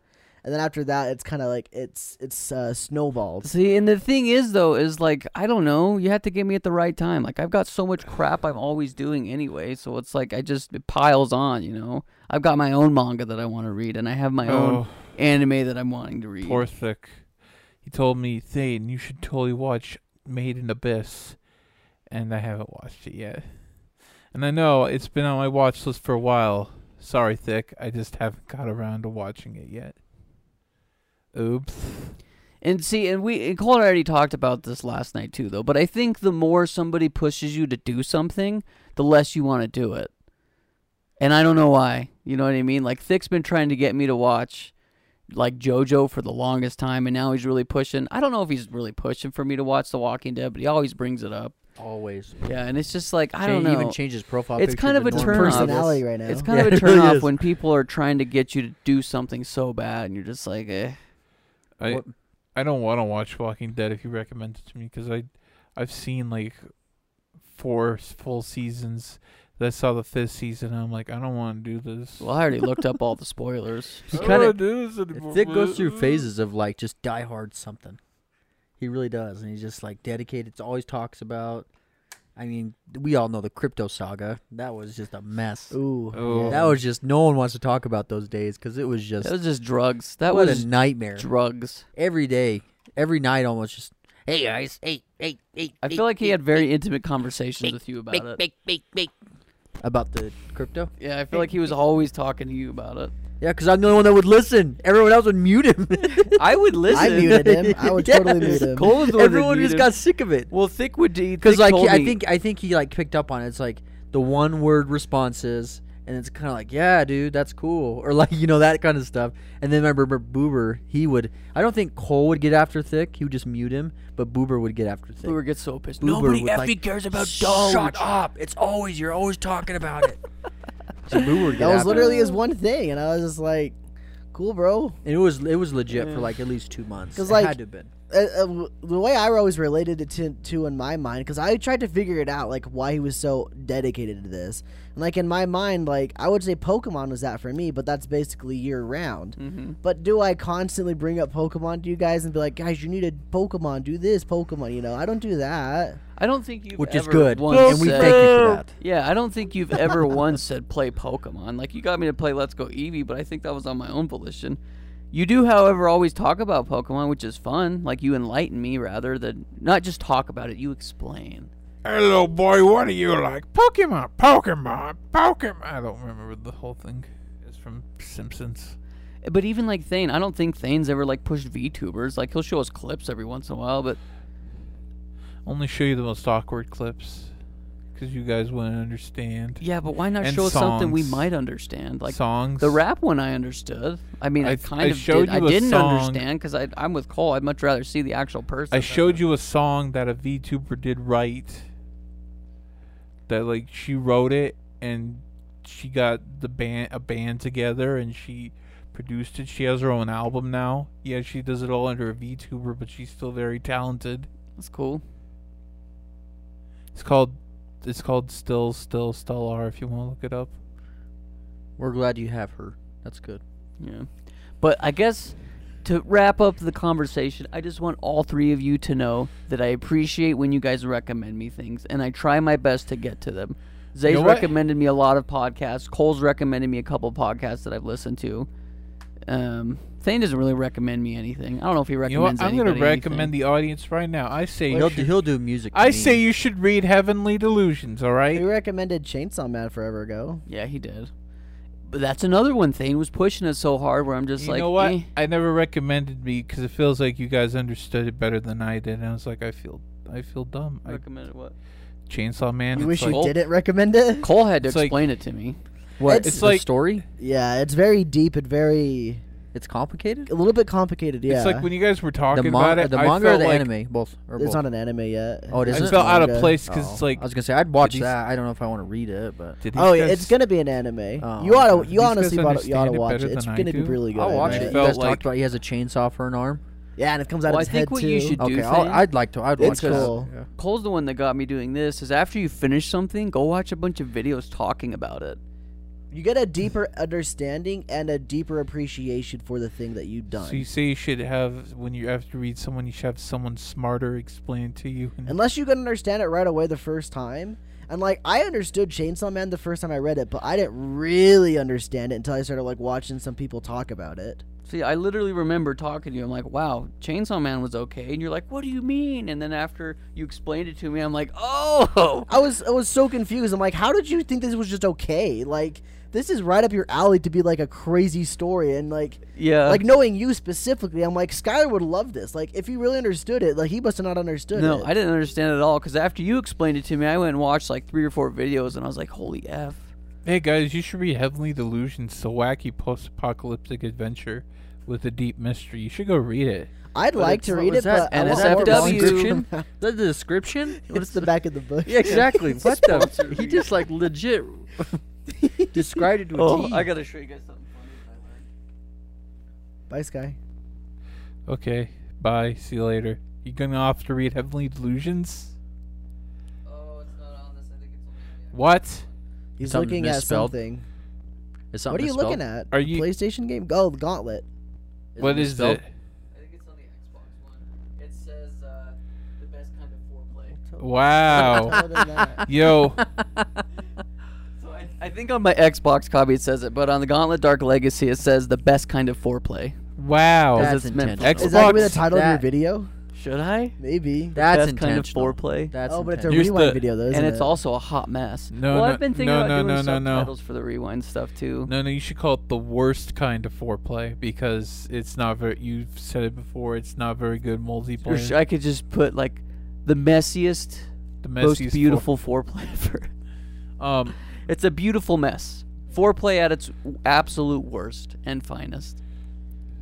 [SPEAKER 3] And then after that, it's kind of like it's it's uh, snowballed.
[SPEAKER 1] See, and the thing is, though, is like, I don't know. You have to get me at the right time. Like, I've got so much crap I'm always doing anyway. So it's like, I just, it piles on, you know? I've got my own manga that I want to read, and I have my own
[SPEAKER 2] Oh,
[SPEAKER 1] anime that I'm wanting to read.
[SPEAKER 2] poor thick. He told me, Thane, you should totally watch Made in Abyss, and I haven't watched it yet. And I know it's been on my watch list for a while. Sorry, thick, I just haven't got around to watching it yet. Oops.
[SPEAKER 1] And see, and we and Cole and I already talked about this last night too, though. But I think the more somebody pushes you to do something, the less you want to do it. And I don't know why. You know what I mean? Like Thick's been trying to get me to watch like JoJo for the longest time, and now he's really pushing. I don't know if he's really pushing for me to watch The Walking Dead, but he always brings it up.
[SPEAKER 4] Always.
[SPEAKER 1] Yeah, and it's just like I don't
[SPEAKER 4] Change-
[SPEAKER 1] know.
[SPEAKER 4] Even change his profile.
[SPEAKER 1] It's
[SPEAKER 4] picture
[SPEAKER 1] kind
[SPEAKER 4] to
[SPEAKER 1] of a
[SPEAKER 4] normal.
[SPEAKER 1] turn off.
[SPEAKER 3] Personality right now.
[SPEAKER 1] It's kind of
[SPEAKER 4] <laughs> Yeah,
[SPEAKER 1] a
[SPEAKER 4] it really
[SPEAKER 1] turn off
[SPEAKER 4] is.
[SPEAKER 1] when people are trying to get you to do something so bad, and you're just like, eh.
[SPEAKER 2] I
[SPEAKER 4] What-
[SPEAKER 2] I don't want to watch Walking Dead if you recommend it to me because I I've seen like four s- full seasons. Then I saw the fifth season. And I'm like, I don't want to do this.
[SPEAKER 1] Well, I already looked up
[SPEAKER 2] <laughs>
[SPEAKER 1] all the spoilers.
[SPEAKER 4] <laughs>
[SPEAKER 2] I don't
[SPEAKER 4] kinda-
[SPEAKER 2] wanna do this anymore.
[SPEAKER 4] Thick goes through phases of like just die hard something. He really does, and he's just like dedicated. To always talks about. I mean, we all know the crypto saga. That was just a mess.
[SPEAKER 3] Ooh,
[SPEAKER 2] Oh.
[SPEAKER 4] That was just no one wants to talk about those days because it was just
[SPEAKER 1] That was just drugs. That
[SPEAKER 4] what
[SPEAKER 1] was
[SPEAKER 4] a nightmare.
[SPEAKER 1] drugs.
[SPEAKER 4] every day, every night, almost just hey guys, hey hey hey.
[SPEAKER 1] I
[SPEAKER 4] hey,
[SPEAKER 1] feel like he
[SPEAKER 4] hey,
[SPEAKER 1] had very intimate conversations with you
[SPEAKER 4] hey,
[SPEAKER 1] about it.
[SPEAKER 4] hey, hey, hey, hey." about the crypto.
[SPEAKER 1] Yeah, I feel like he was always talking to you about it.
[SPEAKER 4] Yeah, because I'm the only one that would listen. Everyone else would mute him.
[SPEAKER 1] <laughs>
[SPEAKER 4] <laughs>
[SPEAKER 1] I would listen.
[SPEAKER 3] I
[SPEAKER 1] <laughs>
[SPEAKER 3] muted him. I would totally mute him.
[SPEAKER 1] Cole was the one that
[SPEAKER 4] Everyone just
[SPEAKER 1] muted.
[SPEAKER 4] got sick of it.
[SPEAKER 1] Well, Thick would because
[SPEAKER 4] because like
[SPEAKER 1] told
[SPEAKER 4] he, I
[SPEAKER 1] me-
[SPEAKER 4] think I think he like picked up on it. It's like the one word responses, and it's kind of like yeah, dude, that's cool, or like you know that kind of stuff. And then I remember Boober, he would. I don't think Cole would get after Thick. He would just mute him, but Boober would get after Thick.
[SPEAKER 1] we would get so pissed.
[SPEAKER 4] Boober
[SPEAKER 1] Nobody
[SPEAKER 4] would,
[SPEAKER 1] effing
[SPEAKER 4] like,
[SPEAKER 1] cares about Doge.
[SPEAKER 4] Shut up! It's always you're always talking about
[SPEAKER 1] <laughs>
[SPEAKER 4] it. so Boober would get
[SPEAKER 3] that was
[SPEAKER 4] after
[SPEAKER 3] literally
[SPEAKER 4] him.
[SPEAKER 3] his one thing, and I was just like, cool, bro.
[SPEAKER 4] And it was it was legit for like at least two months.
[SPEAKER 3] 'Cause,
[SPEAKER 4] It
[SPEAKER 3] like,
[SPEAKER 4] had to have been.
[SPEAKER 3] Uh, uh, w- the way I always related it to, to in my mind, because I tried to figure it out, like why he was so dedicated to this, and like in my mind, like I would say Pokemon was that for me, but that's basically year round.
[SPEAKER 1] Mm-hmm.
[SPEAKER 3] But do I constantly bring up Pokemon to you guys and be like, guys, you need a Pokemon, do this Pokemon? You know, I don't do that.
[SPEAKER 1] I don't think you.
[SPEAKER 4] Which
[SPEAKER 1] ever
[SPEAKER 4] is good,
[SPEAKER 1] Once
[SPEAKER 4] and we
[SPEAKER 1] said,
[SPEAKER 4] thank you for that.
[SPEAKER 1] Yeah, I don't think you've ever once said play Pokemon. Like you got me to play Let's Go Eevee, but I think that was on my own volition. You do, however, always talk about Pokemon, which is fun. Like you enlighten me rather than not just talk about it. You explain.
[SPEAKER 2] Hello, boy. What do you like? Pokemon, Pokemon, Pokemon. I don't remember the whole thing. It's from Simpsons.
[SPEAKER 1] But even like Thane, I don't think Thane's ever like pushed VTubers. Like he'll show us clips every once in a while, but
[SPEAKER 2] Only show you the most awkward clips. 'Cause because you guys wouldn't understand.
[SPEAKER 1] Yeah, but why not
[SPEAKER 2] And
[SPEAKER 1] show us something we
[SPEAKER 2] songs.
[SPEAKER 1] might understand? Like
[SPEAKER 2] songs.
[SPEAKER 1] the rap one, I understood. I mean, I,
[SPEAKER 2] I-
[SPEAKER 1] kind
[SPEAKER 2] I
[SPEAKER 1] of
[SPEAKER 2] showed
[SPEAKER 1] did. I
[SPEAKER 2] you a
[SPEAKER 1] didn't
[SPEAKER 2] song.
[SPEAKER 1] understand because I'm with Cole. I'd much rather see the actual person.
[SPEAKER 2] I showed you a song that a VTuber did right. That like she wrote it and she got the band a band together and she produced it. She has her own album now. Yeah, she does it all under a VTuber, but she's still very talented.
[SPEAKER 1] That's cool.
[SPEAKER 2] It's called it's called Still Still Stellar if you want to look it up.
[SPEAKER 4] We're glad you have her. That's good.
[SPEAKER 1] Yeah, but I guess to wrap up the conversation, I just want all three of you to know that I appreciate when you guys recommend me things, and I try my best to get to them. Zay's
[SPEAKER 2] know what?
[SPEAKER 1] recommended me a lot of podcasts. Cole's recommended me a couple podcasts that I've listened to. Um, Thane doesn't really recommend me anything. I don't know if he
[SPEAKER 2] you know
[SPEAKER 1] recommends.
[SPEAKER 2] what? I'm
[SPEAKER 1] going to
[SPEAKER 2] recommend the audience right now. I say you
[SPEAKER 4] He'll,
[SPEAKER 2] should-
[SPEAKER 4] he'll do music. to
[SPEAKER 2] I
[SPEAKER 4] me.
[SPEAKER 2] say you should read Heavenly Delusions, all right?
[SPEAKER 3] We recommended Chainsaw Man forever ago.
[SPEAKER 1] Yeah, he did. But that's another one. Thane was pushing us so hard where I'm just
[SPEAKER 2] you
[SPEAKER 1] like,
[SPEAKER 2] know what?
[SPEAKER 1] eh.
[SPEAKER 2] I never recommended me because it feels like you guys understood it better than I did. And I was like, I feel, I feel dumb. I,
[SPEAKER 1] recommended what?
[SPEAKER 2] Chainsaw Man.
[SPEAKER 3] You
[SPEAKER 2] it's
[SPEAKER 3] wish
[SPEAKER 2] like,
[SPEAKER 3] you didn't recommend it.
[SPEAKER 1] Cole had to
[SPEAKER 2] It's like-
[SPEAKER 1] explain it to me.
[SPEAKER 4] what?
[SPEAKER 3] It's-
[SPEAKER 4] It's,
[SPEAKER 2] like-
[SPEAKER 4] like story.
[SPEAKER 3] Yeah, it's very deep and very
[SPEAKER 4] It's complicated.
[SPEAKER 3] a little bit complicated. Yeah,
[SPEAKER 2] It's like when you guys were talking
[SPEAKER 4] The,
[SPEAKER 2] about
[SPEAKER 4] mon-
[SPEAKER 2] it.
[SPEAKER 4] the
[SPEAKER 2] I
[SPEAKER 4] manga or
[SPEAKER 2] felt
[SPEAKER 4] the
[SPEAKER 2] like,
[SPEAKER 4] anime, both. Or
[SPEAKER 3] it's
[SPEAKER 4] both.
[SPEAKER 3] not an anime yet.
[SPEAKER 4] Oh, it
[SPEAKER 2] I
[SPEAKER 4] isn't?
[SPEAKER 2] felt out of
[SPEAKER 3] Manga.
[SPEAKER 2] place because it's
[SPEAKER 4] Oh,
[SPEAKER 2] like,
[SPEAKER 4] I was gonna say I'd watch
[SPEAKER 2] these-
[SPEAKER 4] that. I don't know if I want to read it, but
[SPEAKER 2] did
[SPEAKER 3] Oh,
[SPEAKER 2] these
[SPEAKER 3] yeah,
[SPEAKER 2] guys-
[SPEAKER 3] it's gonna be an anime.
[SPEAKER 4] Oh,
[SPEAKER 3] you ought to.
[SPEAKER 2] okay.
[SPEAKER 3] You
[SPEAKER 2] These
[SPEAKER 3] honestly
[SPEAKER 2] guys
[SPEAKER 3] ought, you ought
[SPEAKER 2] understand
[SPEAKER 3] to
[SPEAKER 2] it
[SPEAKER 3] watch
[SPEAKER 2] better
[SPEAKER 3] it. It's
[SPEAKER 2] than I
[SPEAKER 3] gonna be
[SPEAKER 2] do.
[SPEAKER 3] really good.
[SPEAKER 4] I'll
[SPEAKER 3] I
[SPEAKER 4] watch
[SPEAKER 2] I
[SPEAKER 4] it.
[SPEAKER 3] bet.
[SPEAKER 4] You
[SPEAKER 2] felt
[SPEAKER 4] guys
[SPEAKER 2] like-
[SPEAKER 4] talked about he has a chainsaw for an arm.
[SPEAKER 3] Yeah, and it comes out
[SPEAKER 1] Well,
[SPEAKER 3] of
[SPEAKER 1] I
[SPEAKER 3] his
[SPEAKER 1] think
[SPEAKER 3] head
[SPEAKER 1] what
[SPEAKER 3] too.
[SPEAKER 1] you should do,
[SPEAKER 4] Okay, I'll,
[SPEAKER 1] Thane-
[SPEAKER 4] I'd like to. I'd watch
[SPEAKER 3] It's
[SPEAKER 4] that.
[SPEAKER 3] cool.
[SPEAKER 4] Yeah.
[SPEAKER 1] Cole's the one that got me doing this. Is after you finish something, go watch a bunch of videos talking about it.
[SPEAKER 3] You get a deeper understanding and a deeper appreciation for the thing that you've done.
[SPEAKER 2] So you say you should have when you have to read someone, you should have someone smarter explain it to you. And
[SPEAKER 3] Unless you can understand it right away the first time. And like I understood Chainsaw Man the first time I read it, but I didn't really understand it until I started like watching some people talk about it.
[SPEAKER 1] See, I literally remember talking to you. I'm like, wow, Chainsaw Man was okay. And you're like, what do you mean? And then after you explained it to me, I'm like, oh. <laughs>
[SPEAKER 3] I was I was so confused. I'm like, how did you think this was just okay? Like this is right up your alley to be like a crazy story and like
[SPEAKER 4] Uh,
[SPEAKER 1] Yeah.
[SPEAKER 3] like knowing you specifically, I'm like Skylar would love this. Like if he really understood it, like he must have not understood
[SPEAKER 1] no,
[SPEAKER 3] it.
[SPEAKER 1] I didn't understand it at all because after you explained it to me, I went and watched like three or four videos and I was like, holy F.
[SPEAKER 2] hey guys, you should read Heavenly Delusions, the wacky post-apocalyptic adventure with a deep mystery. You should go read it.
[SPEAKER 3] I'd like to
[SPEAKER 4] What
[SPEAKER 3] read it,
[SPEAKER 4] was that?
[SPEAKER 3] but I want more
[SPEAKER 1] NSFW?
[SPEAKER 3] <laughs> description.
[SPEAKER 4] <laughs> Is that the description?
[SPEAKER 3] What's the back of the book?
[SPEAKER 4] <laughs> Yeah, <laughs> exactly. what the? He just like legit <laughs> described it to a T.
[SPEAKER 1] gotta show you guys something.
[SPEAKER 3] Bye, Sky.
[SPEAKER 2] Okay, bye. See you later. You gonna have to read Heavenly Delusions?
[SPEAKER 1] Oh, it's not on this. I think it's
[SPEAKER 2] What?
[SPEAKER 3] He's
[SPEAKER 4] Something
[SPEAKER 3] looking at
[SPEAKER 4] misspelled.
[SPEAKER 3] something.
[SPEAKER 4] Is
[SPEAKER 3] What are
[SPEAKER 4] something
[SPEAKER 3] you looking at?
[SPEAKER 2] Are you-
[SPEAKER 3] PlayStation game? Oh,
[SPEAKER 2] <laughs>
[SPEAKER 3] the Gauntlet.
[SPEAKER 4] misspelled?
[SPEAKER 2] What is
[SPEAKER 4] misspelled?
[SPEAKER 2] it?
[SPEAKER 1] I think it's on the Xbox one. It says uh, the best kind of foreplay. <laughs>
[SPEAKER 2] Wow. <laughs> Yo,
[SPEAKER 1] So I, I think on my Xbox copy it says it, but on the Gauntlet Dark Legacy it says the best kind of foreplay.
[SPEAKER 2] wow.
[SPEAKER 4] That's
[SPEAKER 1] it's meant-
[SPEAKER 4] intentional.
[SPEAKER 2] Ex-
[SPEAKER 3] Is that gonna be the
[SPEAKER 2] Xbox,
[SPEAKER 3] title
[SPEAKER 4] that-
[SPEAKER 3] of your video?
[SPEAKER 1] Should I?
[SPEAKER 3] Maybe.
[SPEAKER 4] That's
[SPEAKER 1] best kind of
[SPEAKER 4] intentional.
[SPEAKER 1] foreplay.
[SPEAKER 4] That's
[SPEAKER 3] oh, but it's a
[SPEAKER 4] intentional.
[SPEAKER 2] Here's
[SPEAKER 3] rewind
[SPEAKER 2] the-
[SPEAKER 3] video, though, isn't
[SPEAKER 1] and it's
[SPEAKER 3] it?
[SPEAKER 1] also a hot mess.
[SPEAKER 2] No,
[SPEAKER 1] well,
[SPEAKER 2] no,
[SPEAKER 1] I've been thinking
[SPEAKER 2] no,
[SPEAKER 1] about
[SPEAKER 2] no,
[SPEAKER 1] doing
[SPEAKER 2] no, no, no.
[SPEAKER 1] subtitles for the rewind stuff too.
[SPEAKER 2] No, no, you should call it the worst kind of foreplay because it's not very. You've said it before. It's not very good
[SPEAKER 1] Or sh-
[SPEAKER 2] multiplayer.
[SPEAKER 1] I could just put like the messiest,
[SPEAKER 2] the
[SPEAKER 1] most
[SPEAKER 2] messiest
[SPEAKER 1] beautiful foreplay ever. <laughs>
[SPEAKER 2] fore- um,
[SPEAKER 1] It's a beautiful mess. Foreplay at its absolute worst and finest.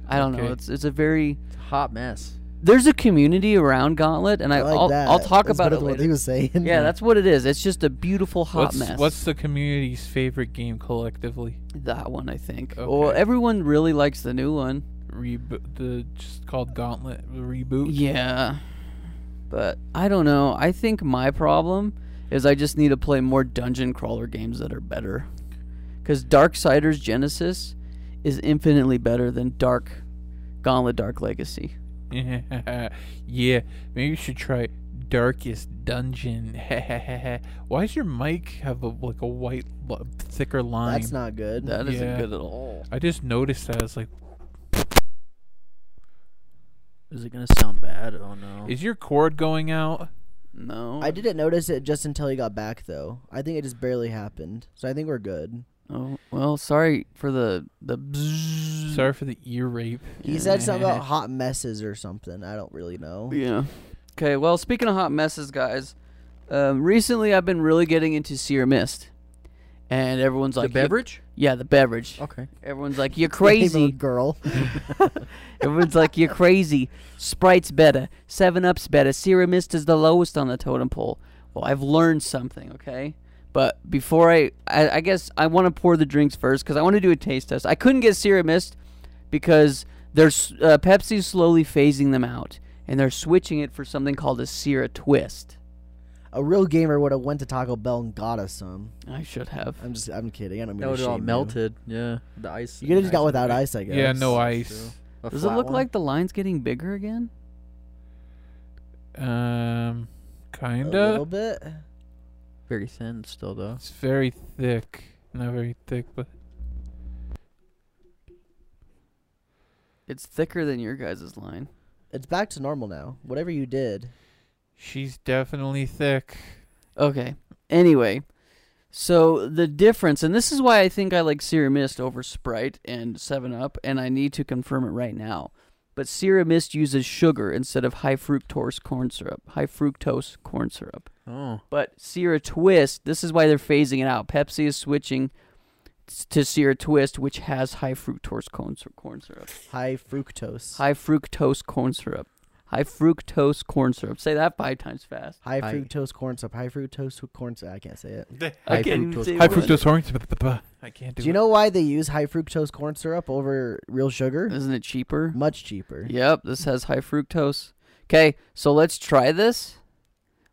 [SPEAKER 1] I don't know.
[SPEAKER 2] Okay.
[SPEAKER 1] It's it's a very
[SPEAKER 4] It's a hot mess.
[SPEAKER 1] there's a community around Gauntlet, and I,
[SPEAKER 3] I like
[SPEAKER 1] will
[SPEAKER 3] that.
[SPEAKER 1] I'll talk
[SPEAKER 3] That's
[SPEAKER 1] about
[SPEAKER 3] better
[SPEAKER 1] it
[SPEAKER 3] than What
[SPEAKER 1] later.
[SPEAKER 3] he was saying.
[SPEAKER 1] Yeah, that's what it is. It's just a beautiful hot
[SPEAKER 2] Mm-hmm. what's
[SPEAKER 1] mess.
[SPEAKER 2] what's the community's favorite game collectively?
[SPEAKER 1] that one? I think.
[SPEAKER 2] Okay.
[SPEAKER 1] Well, everyone really likes the new one.
[SPEAKER 2] Reboot the just called Gauntlet reboot.
[SPEAKER 1] Yeah, but I don't know. I think my problem is I just need to play more dungeon crawler games that are better. Because Darksiders Genesis is infinitely better than Dark Gauntlet Dark Legacy.
[SPEAKER 2] <laughs> Yeah, yeah. Maybe you should try Darkest Dungeon. <laughs> Why does your mic have a like a white li- thicker line?
[SPEAKER 3] That's not good.
[SPEAKER 1] That isn't
[SPEAKER 2] Yeah.
[SPEAKER 1] good at all.
[SPEAKER 2] I just noticed that. I was like,
[SPEAKER 4] Is it gonna sound bad? Oh no.
[SPEAKER 2] is your cord going out?
[SPEAKER 1] No.
[SPEAKER 3] I didn't notice it just until he got back, though. I think it just barely happened. So I think we're good.
[SPEAKER 1] Oh well, sorry for the the. bzzz.
[SPEAKER 2] Sorry for the ear rape.
[SPEAKER 3] He said something about hot <laughs> messes or something. I don't really know.
[SPEAKER 1] Yeah. Okay, well, speaking of hot messes, guys, Um, recently, I've been really getting into Sear Mist, and everyone's
[SPEAKER 4] the
[SPEAKER 1] like, "You-
[SPEAKER 4] beverage?
[SPEAKER 1] Yeah, the beverage.
[SPEAKER 4] Okay.
[SPEAKER 1] Everyone's like, "You're
[SPEAKER 4] <laughs>
[SPEAKER 3] Name of a
[SPEAKER 1] crazy."
[SPEAKER 3] girl.
[SPEAKER 1] Everyone's like, "You're crazy." Sprite's better. Seven Up's better. Sierra Mist is the lowest on the totem pole. Well, I've learned something, okay? But before I, I, I guess I want to pour the drinks first because I want to do a taste test. I couldn't get Sierra Mist because there's uh, Pepsi's slowly phasing them out, and they're switching it for something called a Sierra Twist.
[SPEAKER 3] A real gamer would have went to Taco Bell and got us some.
[SPEAKER 1] I should have.
[SPEAKER 3] I'm just, I'm kidding. I don't mean
[SPEAKER 4] That would
[SPEAKER 3] to
[SPEAKER 4] have all
[SPEAKER 3] shame you.
[SPEAKER 4] melted. Yeah. The ice.
[SPEAKER 3] You could have just got without ice, I guess.
[SPEAKER 2] Yeah, no
[SPEAKER 4] true.
[SPEAKER 2] ice.
[SPEAKER 4] A
[SPEAKER 1] Does it
[SPEAKER 4] flat
[SPEAKER 1] look
[SPEAKER 4] one.
[SPEAKER 1] like the line's getting bigger again?
[SPEAKER 2] Um,
[SPEAKER 3] A
[SPEAKER 2] kinda.
[SPEAKER 3] little bit.
[SPEAKER 4] very thin still though?
[SPEAKER 2] It's very thick. Not very thick, but
[SPEAKER 1] It's thicker than your guys' line.
[SPEAKER 3] It's back to normal now. Whatever you did.
[SPEAKER 2] she's definitely thick.
[SPEAKER 1] Okay. Anyway, so the difference, and this is why I think I like Sierra Mist over Sprite and Seven Up, and I need to confirm it right now. But Sierra Mist uses sugar instead of high fructose corn syrup. High fructose corn syrup.
[SPEAKER 4] <laughs> Oh.
[SPEAKER 1] But Sierra Twist, this is why they're phasing it out. Pepsi is switching s- to Sierra Twist, which has high fructose corn syrup. Corn syrup.
[SPEAKER 3] High fructose.
[SPEAKER 1] High fructose corn syrup. High fructose corn syrup. Say that five times fast.
[SPEAKER 3] High
[SPEAKER 4] High-
[SPEAKER 3] fructose corn syrup. High fructose corn syrup. I can't say it.
[SPEAKER 1] I
[SPEAKER 4] High
[SPEAKER 1] can't even
[SPEAKER 4] fructose
[SPEAKER 1] say
[SPEAKER 2] High
[SPEAKER 1] one.
[SPEAKER 2] fructose corn syrup. I can't do.
[SPEAKER 3] Do you know why they use high fructose corn syrup over real sugar?
[SPEAKER 1] Isn't it cheaper?
[SPEAKER 3] Much cheaper.
[SPEAKER 1] Yep, this has high fructose. Okay, so let's try this.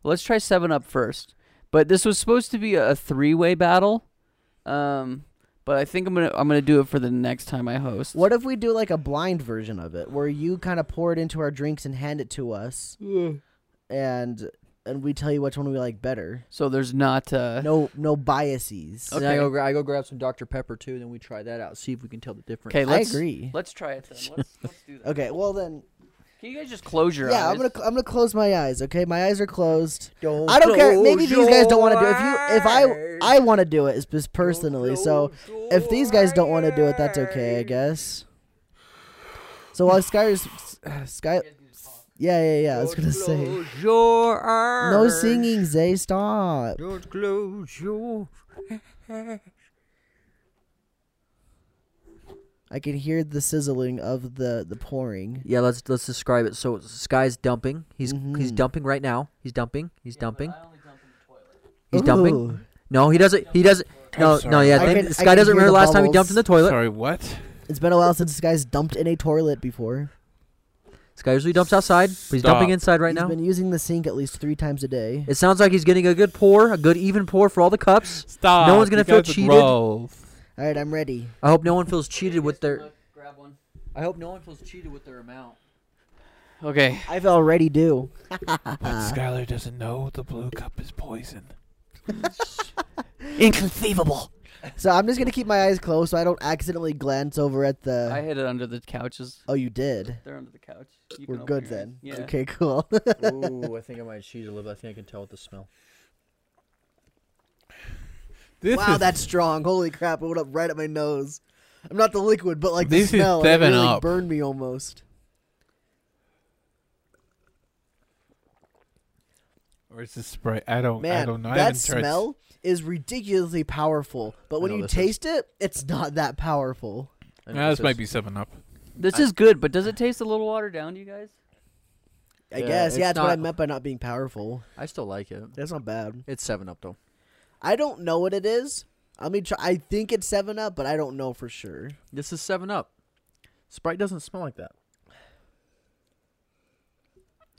[SPEAKER 1] Let's try Seven Up first. But this was supposed to be a three-way battle, um, but I think I'm gonna I'm gonna do it for the next time I host.
[SPEAKER 3] What if we do like a blind version of it, where you kind of pour it into our drinks and hand it to us, and and we tell you which one we like better.
[SPEAKER 1] So there's not uh,
[SPEAKER 3] No, no biases.
[SPEAKER 1] Okay.
[SPEAKER 4] And I go, gra- I go grab some Dr. Pepper too, then we try that out, see if we can tell the difference.
[SPEAKER 1] Okay,
[SPEAKER 3] I
[SPEAKER 1] let's
[SPEAKER 3] agree.
[SPEAKER 1] let's try it then. Let's,
[SPEAKER 3] <laughs>
[SPEAKER 1] let's do that.
[SPEAKER 3] Okay, well then,
[SPEAKER 1] Can you guys just close your eyes?
[SPEAKER 3] yeah, I'm gonna cl- I'm gonna close my eyes. Okay, my eyes are closed.
[SPEAKER 4] Don't
[SPEAKER 3] I don't care. Maybe these guys don't want to do. It. If you, if I, I want to do it is just personally. So if these guys don't want to do it, that's okay, I guess. So while Sky's <sighs> Sky, yeah, yeah, yeah. I was gonna say
[SPEAKER 4] your eyes.
[SPEAKER 3] no singing. Zay, stop.
[SPEAKER 4] Don't close your
[SPEAKER 3] I can hear the sizzling of the the pouring.
[SPEAKER 4] Yeah, let's let's describe it. So Sky's dumping. He's he's
[SPEAKER 3] Mhm.
[SPEAKER 4] dumping right now. He's dumping. He's dumping. He's
[SPEAKER 3] Ooh.
[SPEAKER 4] dumping. No, he doesn't. He doesn't. No, no.
[SPEAKER 2] sorry.
[SPEAKER 4] Yeah,
[SPEAKER 2] I
[SPEAKER 4] thank-
[SPEAKER 3] can- I
[SPEAKER 4] Sky
[SPEAKER 3] can
[SPEAKER 4] doesn't
[SPEAKER 3] hear
[SPEAKER 4] remember
[SPEAKER 3] the
[SPEAKER 4] last time he
[SPEAKER 3] bubbles.
[SPEAKER 4] dumped in the toilet.
[SPEAKER 2] Sorry, what?
[SPEAKER 3] It's been a while since this guy's dumped in a toilet before.
[SPEAKER 4] Sky usually dumps outside, but he's dumping
[SPEAKER 2] Stop.
[SPEAKER 4] inside right
[SPEAKER 3] He's
[SPEAKER 4] now.
[SPEAKER 3] been using the sink at least three times a day.
[SPEAKER 4] It sounds like he's getting a good pour, a good even pour for all the cups.
[SPEAKER 2] Stop.
[SPEAKER 4] No one's gonna
[SPEAKER 2] you
[SPEAKER 4] feel
[SPEAKER 2] guys are
[SPEAKER 4] cheated.
[SPEAKER 2] gross.
[SPEAKER 3] All right, I'm ready.
[SPEAKER 4] I hope no one feels cheated with their. I hope no one feels cheated with their amount.
[SPEAKER 1] Okay.
[SPEAKER 3] I've already do.
[SPEAKER 2] But
[SPEAKER 3] Uh-uh.
[SPEAKER 2] Skylar doesn't know the blue cup is poison.
[SPEAKER 1] Inconceivable.
[SPEAKER 3] So I'm just gonna keep my eyes closed so I don't accidentally glance over at the.
[SPEAKER 1] I hid it under the couches.
[SPEAKER 3] Oh, you did.
[SPEAKER 1] They're under the couch. You
[SPEAKER 3] We're
[SPEAKER 1] can open
[SPEAKER 3] good
[SPEAKER 1] your eyes.
[SPEAKER 3] then.
[SPEAKER 1] Yeah.
[SPEAKER 3] Okay, cool.
[SPEAKER 4] Ooh, I think I might cheat a little. I think I can tell with the smell.
[SPEAKER 2] <laughs> This
[SPEAKER 3] wow,
[SPEAKER 2] is
[SPEAKER 3] that's strong. Holy crap! It went up right at my nose. I'm not the liquid, but like
[SPEAKER 2] This
[SPEAKER 3] the
[SPEAKER 2] is
[SPEAKER 3] smell. it
[SPEAKER 2] Seven
[SPEAKER 3] really
[SPEAKER 2] Up.
[SPEAKER 3] burned me almost.
[SPEAKER 2] or is this Sprite? I don't.
[SPEAKER 3] Man,
[SPEAKER 2] I don't know. I
[SPEAKER 3] that
[SPEAKER 2] haven't tried.
[SPEAKER 3] smell is ridiculously powerful. But when
[SPEAKER 4] know
[SPEAKER 3] you
[SPEAKER 4] this is-
[SPEAKER 3] taste it, it's not that powerful. <laughs>
[SPEAKER 4] I know
[SPEAKER 2] Nah, this
[SPEAKER 4] is-
[SPEAKER 2] might be Seven Up.
[SPEAKER 1] This is good, but does it taste a little watered down to you guys?
[SPEAKER 3] I
[SPEAKER 4] Yeah,
[SPEAKER 3] guess. Yeah,
[SPEAKER 4] it's
[SPEAKER 3] that's what I
[SPEAKER 4] not-
[SPEAKER 3] meant by not being powerful.
[SPEAKER 4] I still like it.
[SPEAKER 3] That's not bad.
[SPEAKER 4] It's seven up though.
[SPEAKER 3] I don't know what it is. I mean, try, I think it's Seven Up, but I don't know for sure.
[SPEAKER 4] This is seven up. Sprite doesn't smell like that.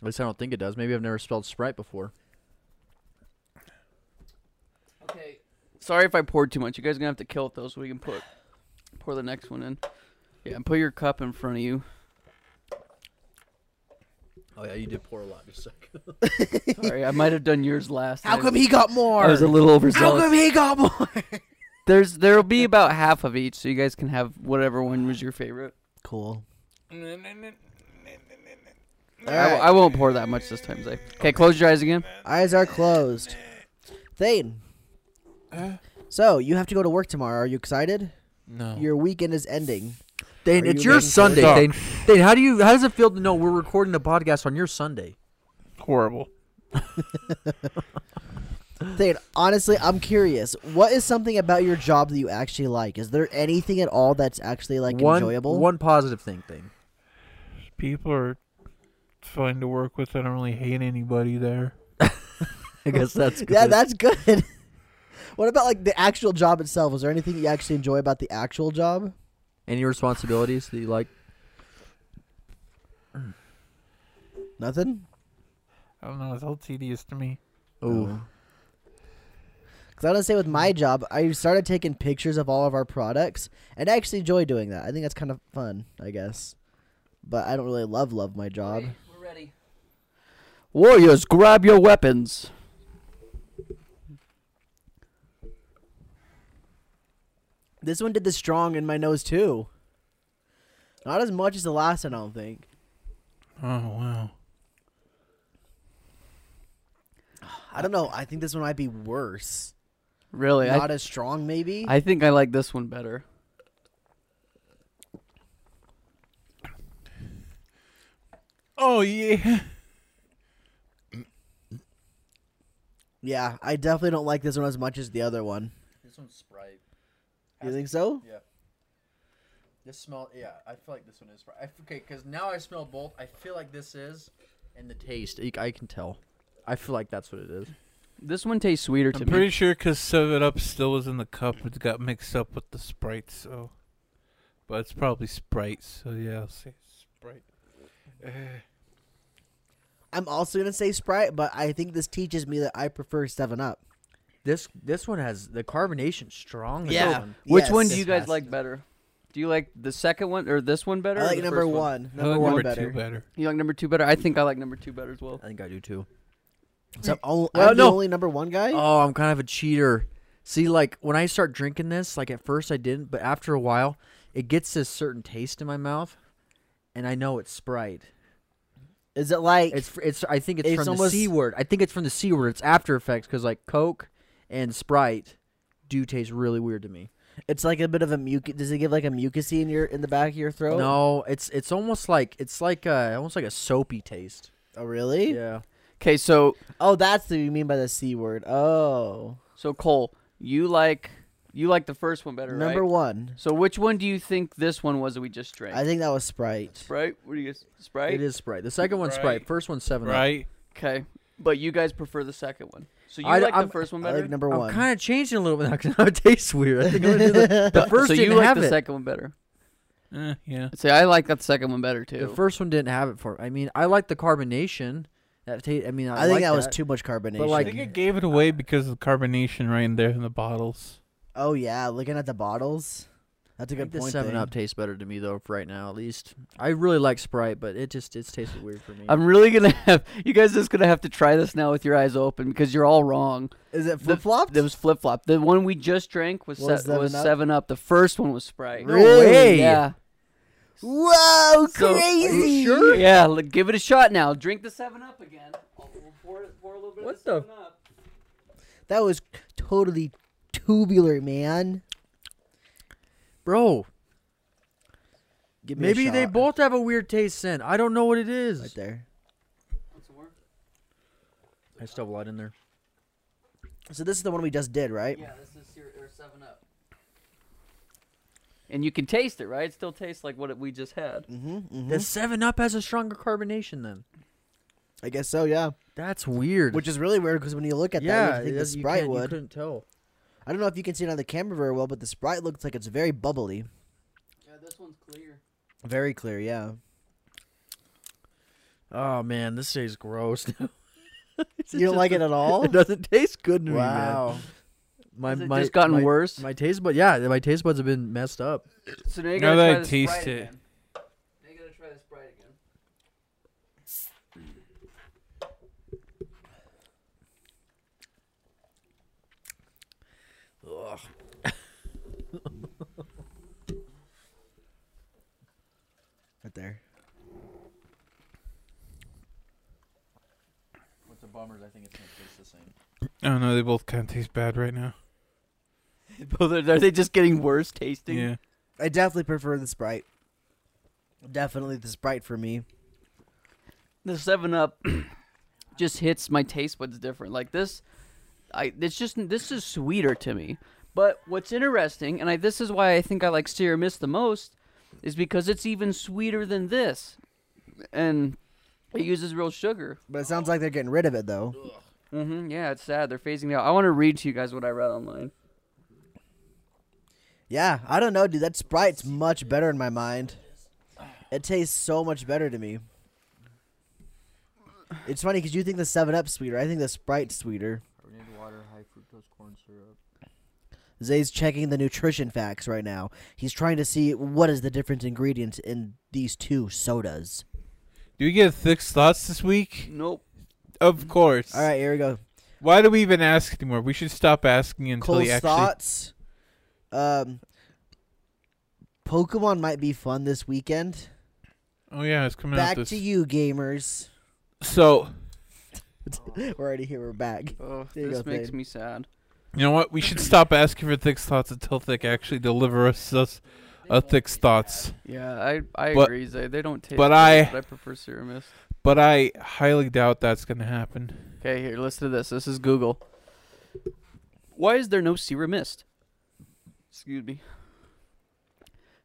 [SPEAKER 4] At least I don't think it does. Maybe I've never spelled Sprite before.
[SPEAKER 1] Okay. Sorry if I poured too much. You guys are gonna have to kill it though, so we can put pour the next one in. Yeah, and put your cup in front of you.
[SPEAKER 4] Oh yeah, you did pour a lot. Just a second.
[SPEAKER 1] Sorry, I might have done yours last.
[SPEAKER 3] How
[SPEAKER 1] I-
[SPEAKER 3] come he got more?
[SPEAKER 1] I was a little
[SPEAKER 3] How
[SPEAKER 1] overzealous.
[SPEAKER 3] come he got more?
[SPEAKER 1] There's there'll be about half of each, so you guys can have whatever one was your favorite.
[SPEAKER 3] Cool.
[SPEAKER 1] I, I won't pour that much this time, Zay. Okay, close your eyes again.
[SPEAKER 3] Eyes are closed. Thane. So you have to go to work tomorrow. Are you excited?
[SPEAKER 2] No.
[SPEAKER 3] Your weekend is ending.
[SPEAKER 4] <laughs> Dane,
[SPEAKER 3] Are
[SPEAKER 4] it's
[SPEAKER 3] you
[SPEAKER 4] your
[SPEAKER 3] looking for-
[SPEAKER 4] Sunday.
[SPEAKER 2] Suck.
[SPEAKER 4] Dane, Dane, how do you? How does it feel to know we're recording the podcast on your Sunday?
[SPEAKER 2] Horrible.
[SPEAKER 3] thing. Honestly, I'm curious. What is something about your job that you actually like? Is there anything at all that's actually like
[SPEAKER 4] one,
[SPEAKER 3] enjoyable?
[SPEAKER 4] One positive thing
[SPEAKER 3] <laughs>
[SPEAKER 4] thing.
[SPEAKER 2] People are fun to work with. I don't really hate anybody there.
[SPEAKER 4] I guess that's
[SPEAKER 3] yeah, that's good. <laughs> what about like the actual job itself? Is there anything you actually enjoy about the actual job?
[SPEAKER 4] Any responsibilities that you like?
[SPEAKER 3] Nothing.
[SPEAKER 2] I don't know. It's all tedious to me.
[SPEAKER 4] Oh,
[SPEAKER 3] Because I was gonna say with
[SPEAKER 1] Mm.
[SPEAKER 3] my job, I started taking pictures of all of our products, and I actually enjoy doing that. I think that's kind of fun, I guess. But I don't really love love my job.
[SPEAKER 1] We're ready. Warriors, grab your weapons.
[SPEAKER 3] This one did the strong in my nose too. Not as much as the last one, I don't think.
[SPEAKER 2] Oh wow.
[SPEAKER 3] I don't know. I think this one might be worse.
[SPEAKER 1] Really? I,
[SPEAKER 3] Not as strong, maybe.
[SPEAKER 1] I think I like this one better.
[SPEAKER 2] Oh yeah.
[SPEAKER 3] yeah, I definitely don't like this one as much as the other one.
[SPEAKER 4] this one's Sprite.
[SPEAKER 3] You think so?
[SPEAKER 4] Yeah. This smell, yeah. I feel like this one is Sprite. okay, because now I smell both. I feel like this is, and the taste, I, I can tell. I feel like that's what it is.
[SPEAKER 1] This one tastes sweeter to
[SPEAKER 2] I'm
[SPEAKER 1] me.
[SPEAKER 2] pretty sure because Seven Up still was in the cup, it got mixed up with the Sprite. So, but it's probably Sprite. So yeah, I'll say Sprite.
[SPEAKER 3] I'm also gonna say Sprite, but I think this teaches me that I prefer Seven Up.
[SPEAKER 4] This this one has the carbonation strong. as
[SPEAKER 1] yeah.
[SPEAKER 4] that one.
[SPEAKER 1] Which
[SPEAKER 3] Yes.
[SPEAKER 1] one do you guys
[SPEAKER 4] Fantastic.
[SPEAKER 1] like better? Do you like the second one or this one better?
[SPEAKER 3] I
[SPEAKER 1] or
[SPEAKER 3] like
[SPEAKER 1] the
[SPEAKER 3] number
[SPEAKER 1] first one?
[SPEAKER 3] one.
[SPEAKER 2] I
[SPEAKER 3] Number
[SPEAKER 2] like
[SPEAKER 3] one
[SPEAKER 2] number
[SPEAKER 3] better.
[SPEAKER 2] two better.
[SPEAKER 1] You like number two better? I think I like number two better as well.
[SPEAKER 4] I think I do too.
[SPEAKER 3] So I'm, only,
[SPEAKER 4] Well,
[SPEAKER 3] I'm
[SPEAKER 4] no.
[SPEAKER 3] the only number one guy.
[SPEAKER 4] Oh, I'm kind of a cheater. See, like when I start drinking this, like at first I didn't, but after a while, it gets this certain taste in my mouth, and I know it's Sprite.
[SPEAKER 3] Is it like
[SPEAKER 4] It's fr- it's. I think it's,
[SPEAKER 3] It's
[SPEAKER 4] from
[SPEAKER 3] almost-
[SPEAKER 4] the C word. I think it's from the C word. It's After Effects because like Coke and Sprite do taste really weird to me.
[SPEAKER 3] it's like a bit of a mucus? Does it give like a mucusy in your in the back of your throat?
[SPEAKER 4] No, it's it's almost like it's like a, almost like a soapy taste.
[SPEAKER 3] Oh really?
[SPEAKER 4] Yeah.
[SPEAKER 1] Okay, so
[SPEAKER 3] Oh, that's what you mean by the c word. Oh,
[SPEAKER 1] so Cole, you like you like the first one better,
[SPEAKER 3] number
[SPEAKER 1] right?
[SPEAKER 3] one.
[SPEAKER 1] So which one do you think this one was that we just drank?
[SPEAKER 3] I think that was Sprite.
[SPEAKER 1] Sprite. What do you guys? Sprite.
[SPEAKER 4] It is Sprite. The second one's
[SPEAKER 2] Right.
[SPEAKER 4] Sprite. First one's Seven Up.
[SPEAKER 2] Right?
[SPEAKER 1] Okay, but you guys prefer the second one. So you
[SPEAKER 4] I-
[SPEAKER 1] like
[SPEAKER 4] I'm-
[SPEAKER 1] the first one
[SPEAKER 3] I
[SPEAKER 1] better.
[SPEAKER 3] like number
[SPEAKER 4] I'm
[SPEAKER 3] one. <laughs>
[SPEAKER 4] kind of changing a little bit now because now it tastes weird. I think I'm gonna do <laughs> the, the first
[SPEAKER 1] so you
[SPEAKER 4] didn't
[SPEAKER 1] like
[SPEAKER 4] have
[SPEAKER 1] the
[SPEAKER 4] it.
[SPEAKER 1] second one better.
[SPEAKER 2] Eh, yeah.
[SPEAKER 1] See, I like that second one better too.
[SPEAKER 4] The first one didn't have it for. I mean, I like the carbonation. That ta- I mean, I,
[SPEAKER 3] I, think
[SPEAKER 4] like
[SPEAKER 3] that was too much carbonation.
[SPEAKER 2] I
[SPEAKER 4] like-
[SPEAKER 2] think it gave it away because of the carbonation right in there in the bottles.
[SPEAKER 3] oh yeah, looking at the bottles, that's a
[SPEAKER 4] I
[SPEAKER 3] good
[SPEAKER 4] think the
[SPEAKER 3] point.
[SPEAKER 4] Seven
[SPEAKER 3] thing.
[SPEAKER 4] Up tastes better to me though, for right now at least. I really like Sprite, but it just it's tasted weird for me.
[SPEAKER 1] I'm really gonna have you guys just gonna have to try this now with your eyes open because you're all wrong.
[SPEAKER 3] Is it
[SPEAKER 1] The-
[SPEAKER 3] flip flopped?
[SPEAKER 1] There was flip flop. The one we just drank was
[SPEAKER 3] Was
[SPEAKER 1] se- was
[SPEAKER 3] 7 Up?
[SPEAKER 1] seven up. The first one was Sprite.
[SPEAKER 4] No Really? way.
[SPEAKER 1] Yeah.
[SPEAKER 3] Whoa,
[SPEAKER 1] So-
[SPEAKER 3] crazy!
[SPEAKER 1] Yeah. Look, give it a shot now. Drink the seven up again. I'll, we'll pour, pour a little bit of
[SPEAKER 4] What
[SPEAKER 1] the
[SPEAKER 4] the-
[SPEAKER 1] 7 up.
[SPEAKER 3] That was totally tubular, man.
[SPEAKER 4] Bro,
[SPEAKER 3] Give me a
[SPEAKER 4] maybe they
[SPEAKER 3] shot.
[SPEAKER 4] both have a weird taste scent. I don't know what it is.
[SPEAKER 3] right there.
[SPEAKER 1] Want some more?
[SPEAKER 4] I still have a lot in there.
[SPEAKER 3] So this is the one we just did, right?
[SPEAKER 1] Yeah, this is your, or seven up. And you can taste it, right? It still tastes like what it, we just had.
[SPEAKER 3] Mm-hmm,
[SPEAKER 4] The Seven Up has a stronger carbonation then.
[SPEAKER 3] I guess so, yeah.
[SPEAKER 4] That's weird.
[SPEAKER 3] Which is really weird because when you look at
[SPEAKER 4] yeah,
[SPEAKER 3] that, you think
[SPEAKER 4] yeah,
[SPEAKER 3] the Sprite
[SPEAKER 4] can't-
[SPEAKER 3] would.
[SPEAKER 4] couldn't tell.
[SPEAKER 3] I don't know if you can see it on the camera very well, but the Sprite looks like it's very bubbly.
[SPEAKER 1] Yeah, this one's clear.
[SPEAKER 3] Very clear, yeah.
[SPEAKER 4] Oh man, this tastes gross. <laughs>
[SPEAKER 3] You don't like it at <laughs> all?
[SPEAKER 4] It doesn't taste good to
[SPEAKER 3] Wow.
[SPEAKER 4] me, man.
[SPEAKER 1] Has
[SPEAKER 4] My,
[SPEAKER 1] it
[SPEAKER 4] my,
[SPEAKER 1] just gotten
[SPEAKER 4] my-
[SPEAKER 1] worse?
[SPEAKER 4] My taste bud, yeah, my taste buds have been messed up.
[SPEAKER 1] So now you
[SPEAKER 2] Now
[SPEAKER 1] gotta
[SPEAKER 2] that
[SPEAKER 1] try
[SPEAKER 2] I
[SPEAKER 1] the
[SPEAKER 2] taste
[SPEAKER 1] Sprite
[SPEAKER 2] it.
[SPEAKER 1] again. Now you gotta try the Sprite again.
[SPEAKER 3] Right there.
[SPEAKER 4] What's a bummer is I think it's gonna taste the same.
[SPEAKER 2] Oh no, they both kind of taste bad right now.
[SPEAKER 1] <laughs> Both are, are they just getting worse tasting?
[SPEAKER 2] Yeah.
[SPEAKER 3] I definitely prefer the Sprite. Definitely the Sprite for me.
[SPEAKER 1] <clears throat> The Seven Up just hits my taste buds different. Like this, I it's just this is sweeter to me. But what's interesting, and I, this is why I think I like Sierra Mist the most, is because it's even sweeter than this, and it uses real sugar.
[SPEAKER 3] But it sounds like they're getting rid of it though.
[SPEAKER 1] Mm-hmm. Yeah, it's sad. They're phasing it out. I want to read to you guys what I read online.
[SPEAKER 3] Yeah, I don't know, dude. That Sprite's much better in my mind. It tastes so much better to me. It's funny because you think the Seven Up's sweeter. I think the Sprite's sweeter.
[SPEAKER 5] Carbonated water, high fructose corn syrup.
[SPEAKER 3] Zay's checking the nutrition facts right now. He's trying to see what is the different ingredients in these two sodas.
[SPEAKER 2] Do we get thick slots this week?
[SPEAKER 1] Nope.
[SPEAKER 2] Of course.
[SPEAKER 3] All right, here we go.
[SPEAKER 2] Why do we even ask anymore? We should stop asking until
[SPEAKER 3] Cold
[SPEAKER 2] he actually.
[SPEAKER 3] thoughts. Um, Pokemon might be fun this weekend.
[SPEAKER 2] Oh yeah, it's coming out
[SPEAKER 3] Back
[SPEAKER 2] this.
[SPEAKER 3] to you, gamers.
[SPEAKER 2] So
[SPEAKER 3] <laughs> We're already here. We're back.
[SPEAKER 1] Oh,
[SPEAKER 3] There you
[SPEAKER 1] this
[SPEAKER 3] go,
[SPEAKER 1] makes
[SPEAKER 3] babe.
[SPEAKER 1] me sad.
[SPEAKER 2] you know what? We should stop asking for thick slots until thick actually delivers us a thick slots.
[SPEAKER 1] Yeah, I I
[SPEAKER 2] But-
[SPEAKER 1] agree. They, they don't taste.
[SPEAKER 2] but
[SPEAKER 1] great,
[SPEAKER 2] I-
[SPEAKER 1] but I prefer Sierra Mist.
[SPEAKER 2] But I highly doubt that's gonna happen.
[SPEAKER 1] Okay, here, listen to this. This is Google. Why is there no Sierra Mist? Excuse me.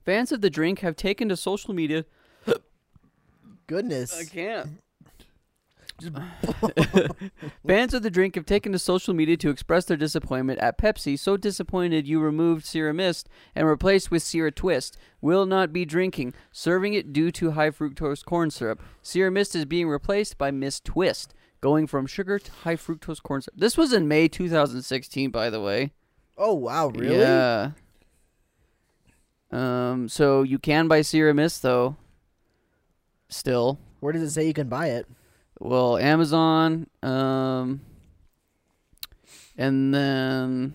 [SPEAKER 1] Fans of the drink have taken to social media.
[SPEAKER 3] Goodness.
[SPEAKER 1] <laughs> can't.
[SPEAKER 3] <laughs>
[SPEAKER 1] <laughs> Fans of the drink have taken to social media to express their disappointment at Pepsi. So disappointed you removed Sierra Mist and replaced with Sierra Twist. Will not be drinking, serving it due to high fructose corn syrup. Sierra Mist is being replaced by Mist Twist, going from sugar to high fructose corn syrup. This was in May 2016, by the way.
[SPEAKER 3] Oh wow, really?
[SPEAKER 1] Yeah. Um. So you can buy Sierra Mist though. Still.
[SPEAKER 3] Where does it say you can buy it?
[SPEAKER 1] Well, Amazon, um, and then